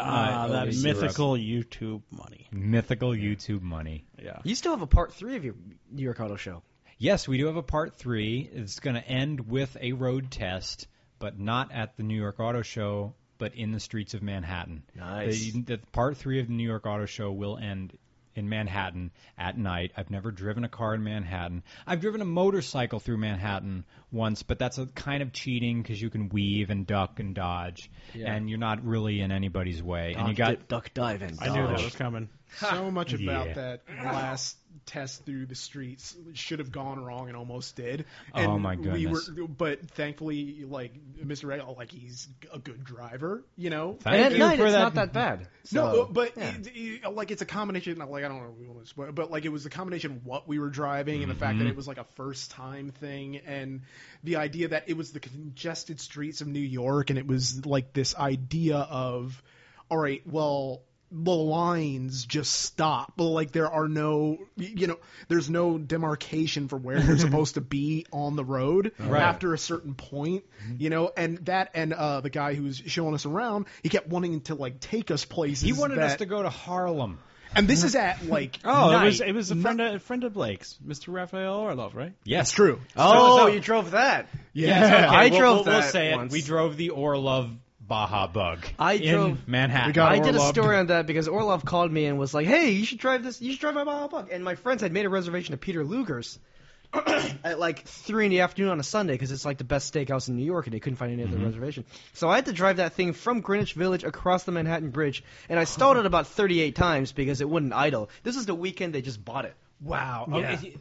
[SPEAKER 6] Ah,
[SPEAKER 7] Uh,
[SPEAKER 6] that
[SPEAKER 7] Europe.
[SPEAKER 6] mythical YouTube money.
[SPEAKER 7] mythical YouTube money.
[SPEAKER 6] Yeah.
[SPEAKER 4] You still have a part three of your your Ricardo show.
[SPEAKER 7] Yes, we do have a part three. It's going to end with a road test, but not at the New York Auto Show, but in the streets of Manhattan.
[SPEAKER 4] Nice.
[SPEAKER 7] The, the part three of the New York Auto Show will end in Manhattan at night. I've never driven a car in Manhattan. I've driven a motorcycle through Manhattan once, but that's a kind of cheating because you can weave and duck and dodge,
[SPEAKER 4] Yeah.
[SPEAKER 7] and you're not really in anybody's way. and you
[SPEAKER 4] Dodge,
[SPEAKER 7] got
[SPEAKER 4] dip, duck dive and
[SPEAKER 6] I knew that
[SPEAKER 4] dodge.
[SPEAKER 6] was coming.
[SPEAKER 5] So much about
[SPEAKER 7] Yeah.
[SPEAKER 5] that last test through the streets should have gone wrong and almost did.
[SPEAKER 7] Oh,
[SPEAKER 5] And
[SPEAKER 7] my
[SPEAKER 5] We
[SPEAKER 7] goodness.
[SPEAKER 5] were, but thankfully, like Mr. Ray, like he's a good driver, you know.
[SPEAKER 7] Thank
[SPEAKER 4] And at
[SPEAKER 7] you
[SPEAKER 4] night,
[SPEAKER 7] for
[SPEAKER 4] it's
[SPEAKER 7] that.
[SPEAKER 4] not that bad.
[SPEAKER 5] No,
[SPEAKER 4] So,
[SPEAKER 5] uh, but
[SPEAKER 4] yeah.
[SPEAKER 5] it, it- like it's a combination. Like I don't know, if we want to spoil, but like it was a combination of what we were driving and the fact that
[SPEAKER 4] Mm-hmm.
[SPEAKER 5] it was like a first time thing, and the idea that it was the congested streets of New York, and it was like this idea of, all right, well, the lines just stop. Well, Like there are no, you know, there's no demarcation for where
[SPEAKER 4] *laughs*
[SPEAKER 5] you're supposed to be on the road
[SPEAKER 7] Right.
[SPEAKER 5] after a certain point,
[SPEAKER 4] Mm-hmm.
[SPEAKER 5] you know, and that and uh, the guy who was showing us around, he kept wanting to like take us places.
[SPEAKER 7] He wanted us
[SPEAKER 5] that-
[SPEAKER 7] to go to Harlem.
[SPEAKER 5] and this is at *laughs* like
[SPEAKER 6] Oh,
[SPEAKER 5] night.
[SPEAKER 6] it was it was a friend of, a friend of Blake's, Mr. Raphael Orlov, right?
[SPEAKER 7] Yes,
[SPEAKER 5] true.
[SPEAKER 4] Oh, you drove that.
[SPEAKER 5] Yeah.
[SPEAKER 7] Okay,
[SPEAKER 4] I
[SPEAKER 7] we'll,
[SPEAKER 4] drove
[SPEAKER 7] we'll, we'll
[SPEAKER 4] that
[SPEAKER 7] say
[SPEAKER 4] once.
[SPEAKER 7] it. We drove the Orlov Baja Bug.
[SPEAKER 4] I
[SPEAKER 7] in
[SPEAKER 4] drove-
[SPEAKER 7] Manhattan.
[SPEAKER 5] We got
[SPEAKER 4] I did a
[SPEAKER 5] Orlov.
[SPEAKER 4] story on that because Orlov called me and was like, "Hey, you should drive this. You should drive my Baja Buck." And my friends had made a reservation at Peter Luger's *clears throat* at like three in the afternoon on a Sunday because it's like the best steakhouse in New York, and they couldn't find any
[SPEAKER 7] Mm-hmm.
[SPEAKER 4] other reservation. So I had to drive that thing from Greenwich Village across the Manhattan Bridge, and I stalled it about 38 times because it wouldn't idle. This is the weekend they just bought it.
[SPEAKER 7] Wow.
[SPEAKER 5] Yeah.
[SPEAKER 7] Okay, he-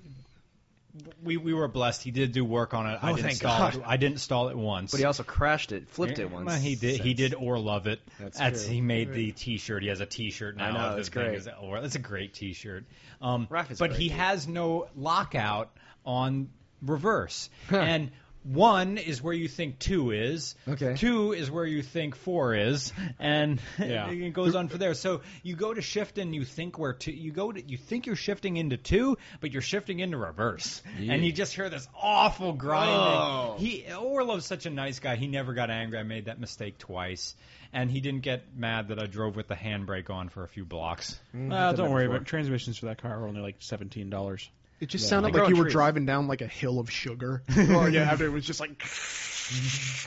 [SPEAKER 7] we we were blessed. He did do work on it. I
[SPEAKER 4] Oh,
[SPEAKER 7] didn't
[SPEAKER 4] thank
[SPEAKER 7] stall
[SPEAKER 4] God.
[SPEAKER 7] It. I didn't stall it once.
[SPEAKER 4] But he also crashed it, flipped it once.
[SPEAKER 7] Well, he did. He
[SPEAKER 4] since.
[SPEAKER 7] did Orlov it.
[SPEAKER 4] That's true.
[SPEAKER 7] He made the T-shirt. He has a T-shirt now.
[SPEAKER 4] I know,
[SPEAKER 7] of
[SPEAKER 4] that's
[SPEAKER 7] the thing
[SPEAKER 4] great.
[SPEAKER 7] is Orlov. That's a great T-shirt. Um,
[SPEAKER 4] Raph is
[SPEAKER 7] but
[SPEAKER 4] great,
[SPEAKER 7] he
[SPEAKER 4] dude.
[SPEAKER 7] has no lockout on reverse, and one is where you think two is.
[SPEAKER 4] Okay.
[SPEAKER 7] Two is where you think four is, and *laughs*
[SPEAKER 6] Yeah.
[SPEAKER 7] it goes on for there. So you go to shift and you think where two. You go to you think you're shifting into two, but you're shifting into reverse, and you just hear this awful grinding.
[SPEAKER 4] Oh.
[SPEAKER 7] He Orlov's such a nice guy. He never got angry. I made that mistake twice, and he didn't get mad that I drove with the handbrake on for a few blocks.
[SPEAKER 4] Mm,
[SPEAKER 6] Well, don't worry
[SPEAKER 7] before.
[SPEAKER 6] about transmissions for that car are only like seventeen dollars.
[SPEAKER 5] It just sounded
[SPEAKER 4] Like
[SPEAKER 5] like you were
[SPEAKER 4] growing trees.
[SPEAKER 5] driving down like a hill of sugar. *laughs* oh yeah, after it was just like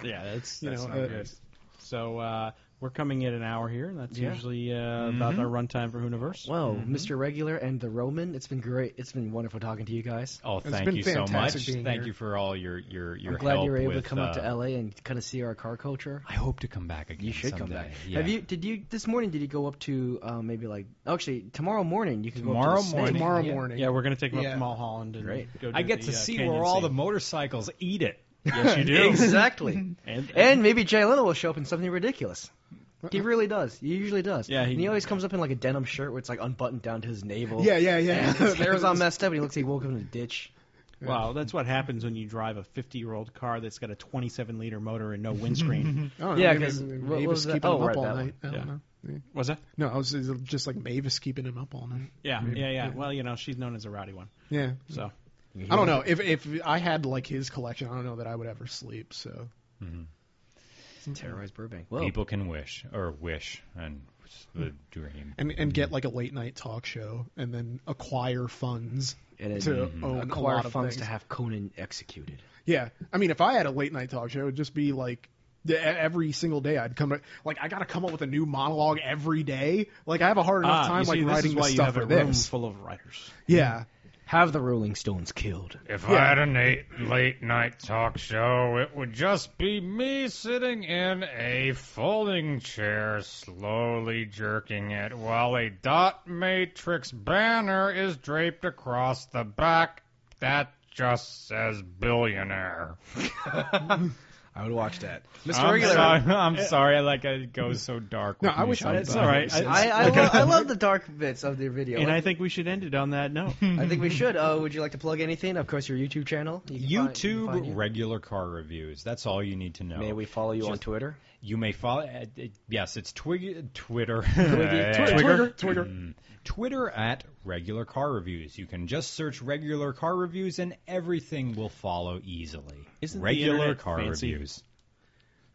[SPEAKER 6] Yeah, that's
[SPEAKER 5] You
[SPEAKER 6] that's
[SPEAKER 5] know,
[SPEAKER 6] not
[SPEAKER 5] uh,
[SPEAKER 6] good. So uh, we're coming in an hour here, and that's
[SPEAKER 4] Yeah.
[SPEAKER 6] usually uh,
[SPEAKER 4] Mm-hmm.
[SPEAKER 6] about our runtime for Hooniverse.
[SPEAKER 4] Whoa, Mr. Regular and the Roman, it's been great. It's been wonderful talking to you guys.
[SPEAKER 7] Oh, thank
[SPEAKER 5] been
[SPEAKER 7] you so much.
[SPEAKER 5] fantastic being
[SPEAKER 7] Thank
[SPEAKER 5] here.
[SPEAKER 7] you for all your your your
[SPEAKER 4] I'm glad
[SPEAKER 7] help
[SPEAKER 4] you were able
[SPEAKER 7] with,
[SPEAKER 4] to come up
[SPEAKER 7] uh,
[SPEAKER 4] to LA and kind of see our car culture.
[SPEAKER 7] I hope to come back again.
[SPEAKER 4] You should come
[SPEAKER 7] someday.
[SPEAKER 4] back.
[SPEAKER 7] Yeah.
[SPEAKER 4] Have you? Did you this morning? Did you go up to uh, maybe like actually tomorrow morning? You can go
[SPEAKER 7] Tomorrow
[SPEAKER 4] up to the *laughs*
[SPEAKER 7] morning.
[SPEAKER 4] Snake.
[SPEAKER 5] tomorrow
[SPEAKER 7] Yeah.
[SPEAKER 5] morning.
[SPEAKER 6] Yeah, we're gonna take them up
[SPEAKER 5] Yeah.
[SPEAKER 6] to Mulholland and
[SPEAKER 4] Great.
[SPEAKER 6] go. Do
[SPEAKER 7] I get
[SPEAKER 6] the,
[SPEAKER 7] to
[SPEAKER 6] uh,
[SPEAKER 7] see
[SPEAKER 6] canyon
[SPEAKER 7] where all
[SPEAKER 6] scene.
[SPEAKER 7] the motorcycles eat *laughs* it.
[SPEAKER 6] Yes, you do.
[SPEAKER 4] exactly.
[SPEAKER 6] And,
[SPEAKER 4] and maybe Jay Leno will show up in something ridiculous. He really does. He usually does.
[SPEAKER 6] Yeah, he-
[SPEAKER 4] and he always comes up in like a denim shirt where it's like unbuttoned down to his navel.
[SPEAKER 5] yeah, yeah, yeah.
[SPEAKER 4] His hair's all messed up, and he looks like he woke up in a ditch.
[SPEAKER 6] wow, that's what happens when you drive a fifty-year-old car that's got a twenty-seven liter
[SPEAKER 7] *laughs*
[SPEAKER 6] motor and no windscreen.
[SPEAKER 5] I don't know,
[SPEAKER 4] Yeah,
[SPEAKER 5] maybe-
[SPEAKER 4] 'cause
[SPEAKER 5] maybe
[SPEAKER 4] what
[SPEAKER 5] Mavis
[SPEAKER 4] was that-
[SPEAKER 5] keeping
[SPEAKER 4] oh,
[SPEAKER 5] him up
[SPEAKER 4] right,
[SPEAKER 5] all
[SPEAKER 4] that one.
[SPEAKER 5] night. I don't
[SPEAKER 6] Yeah.
[SPEAKER 5] know.
[SPEAKER 6] Was that?
[SPEAKER 5] No, I was, it was just like Mavis keeping him up all night.
[SPEAKER 6] Yeah, yeah, yeah. Well, you know, she's known as a rowdy one.
[SPEAKER 5] Yeah.
[SPEAKER 6] So
[SPEAKER 5] I don't know if if I had like his collection, I don't know that I would ever sleep. So
[SPEAKER 4] Terrorized Burbank. Well,
[SPEAKER 7] People can wish or wish and it's the dream.
[SPEAKER 5] and and get like a late night talk show and then acquire funds
[SPEAKER 4] and it,
[SPEAKER 5] to own a
[SPEAKER 4] acquire
[SPEAKER 5] lot of
[SPEAKER 4] funds
[SPEAKER 5] things.
[SPEAKER 4] to have Conan executed.
[SPEAKER 5] Yeah, I mean, if I had a late night talk show, it'd just be like e- every single day I'd come like I gotta come up with a new monologue every day. Like I have a hard
[SPEAKER 7] uh,
[SPEAKER 5] enough
[SPEAKER 6] Ah,
[SPEAKER 5] time
[SPEAKER 6] you see,
[SPEAKER 5] like
[SPEAKER 6] this
[SPEAKER 5] writing
[SPEAKER 6] is
[SPEAKER 5] the
[SPEAKER 6] why you
[SPEAKER 5] stuff
[SPEAKER 6] have
[SPEAKER 5] for
[SPEAKER 6] a room
[SPEAKER 5] this.
[SPEAKER 6] full of writers.
[SPEAKER 5] Yeah,
[SPEAKER 4] Have the Rolling Stones killed.
[SPEAKER 8] If I had a late, late night talk show, it would just be me sitting in a folding chair, slowly jerking it, while a dot matrix banner is draped across the back that just says billionaire.
[SPEAKER 4] I would watch that. mister
[SPEAKER 8] I'm,
[SPEAKER 4] Regular.
[SPEAKER 7] *laughs*
[SPEAKER 8] so- I'm sorry. I like it goes so dark.
[SPEAKER 5] No,
[SPEAKER 8] with
[SPEAKER 5] I
[SPEAKER 8] me
[SPEAKER 5] wish I had
[SPEAKER 8] sometimes. It's all right.
[SPEAKER 5] something
[SPEAKER 8] I-
[SPEAKER 4] I, I, love, I love the dark bits of the video.
[SPEAKER 6] And I think we should end it on
[SPEAKER 7] *laughs*
[SPEAKER 6] that note.
[SPEAKER 4] I think we should. Uh, would you like to plug anything? Of course, your YouTube channel. You can find- you can find
[SPEAKER 7] YouTube
[SPEAKER 4] you.
[SPEAKER 7] regular car reviews. That's all you need to know.
[SPEAKER 4] May we follow you on Twitter?
[SPEAKER 7] You may follow. Uh, uh, yes, it's twig, Twitter. *laughs*
[SPEAKER 5] Twigger, Twigger.
[SPEAKER 7] Mm. Twitter at regular car reviews. You can just search regular car reviews, and everything will follow easily.
[SPEAKER 6] Isn't the
[SPEAKER 7] regular
[SPEAKER 6] internet
[SPEAKER 7] car
[SPEAKER 6] fancy?
[SPEAKER 7] reviews?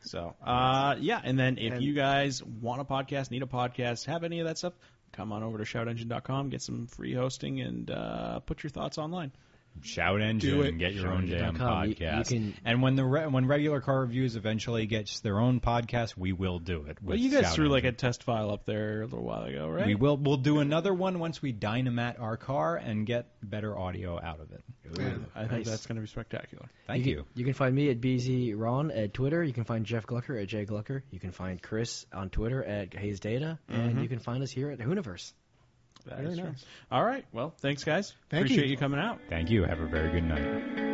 [SPEAKER 6] So, uh, yeah, and then if
[SPEAKER 4] And-
[SPEAKER 6] you guys want a podcast, need a podcast, have any of that stuff, come on over to shoutengine.com, get some free hosting, and uh, put your thoughts online.
[SPEAKER 7] Shout engine
[SPEAKER 6] it.
[SPEAKER 7] and get your own damn
[SPEAKER 4] ShoutEngine.com. You- you
[SPEAKER 7] podcast.
[SPEAKER 4] can-
[SPEAKER 7] and when the re- when regular car reviews eventually gets their own podcast, we will do it. With
[SPEAKER 6] Well, you guys
[SPEAKER 7] Shout
[SPEAKER 6] threw like
[SPEAKER 7] Engine.
[SPEAKER 6] a test file up there a little while ago, right?
[SPEAKER 7] We will we'll do another one once we dynamat our car and get better audio out of it.
[SPEAKER 6] I think
[SPEAKER 4] Nice.
[SPEAKER 6] that's going to be spectacular.
[SPEAKER 7] Thank
[SPEAKER 4] you.
[SPEAKER 7] you.
[SPEAKER 4] Can, you can find me at BZ Ron at Twitter. You can find Jeff Glucker at Jay Glucker. You can find Chris on Twitter at Hayes Data, and you can find us here at Hooniverse.
[SPEAKER 6] Very nice. All right. Well, thanks, guys.
[SPEAKER 5] Thank
[SPEAKER 6] Appreciate
[SPEAKER 5] you.
[SPEAKER 6] you coming out.
[SPEAKER 7] Thank you. Have a very good night.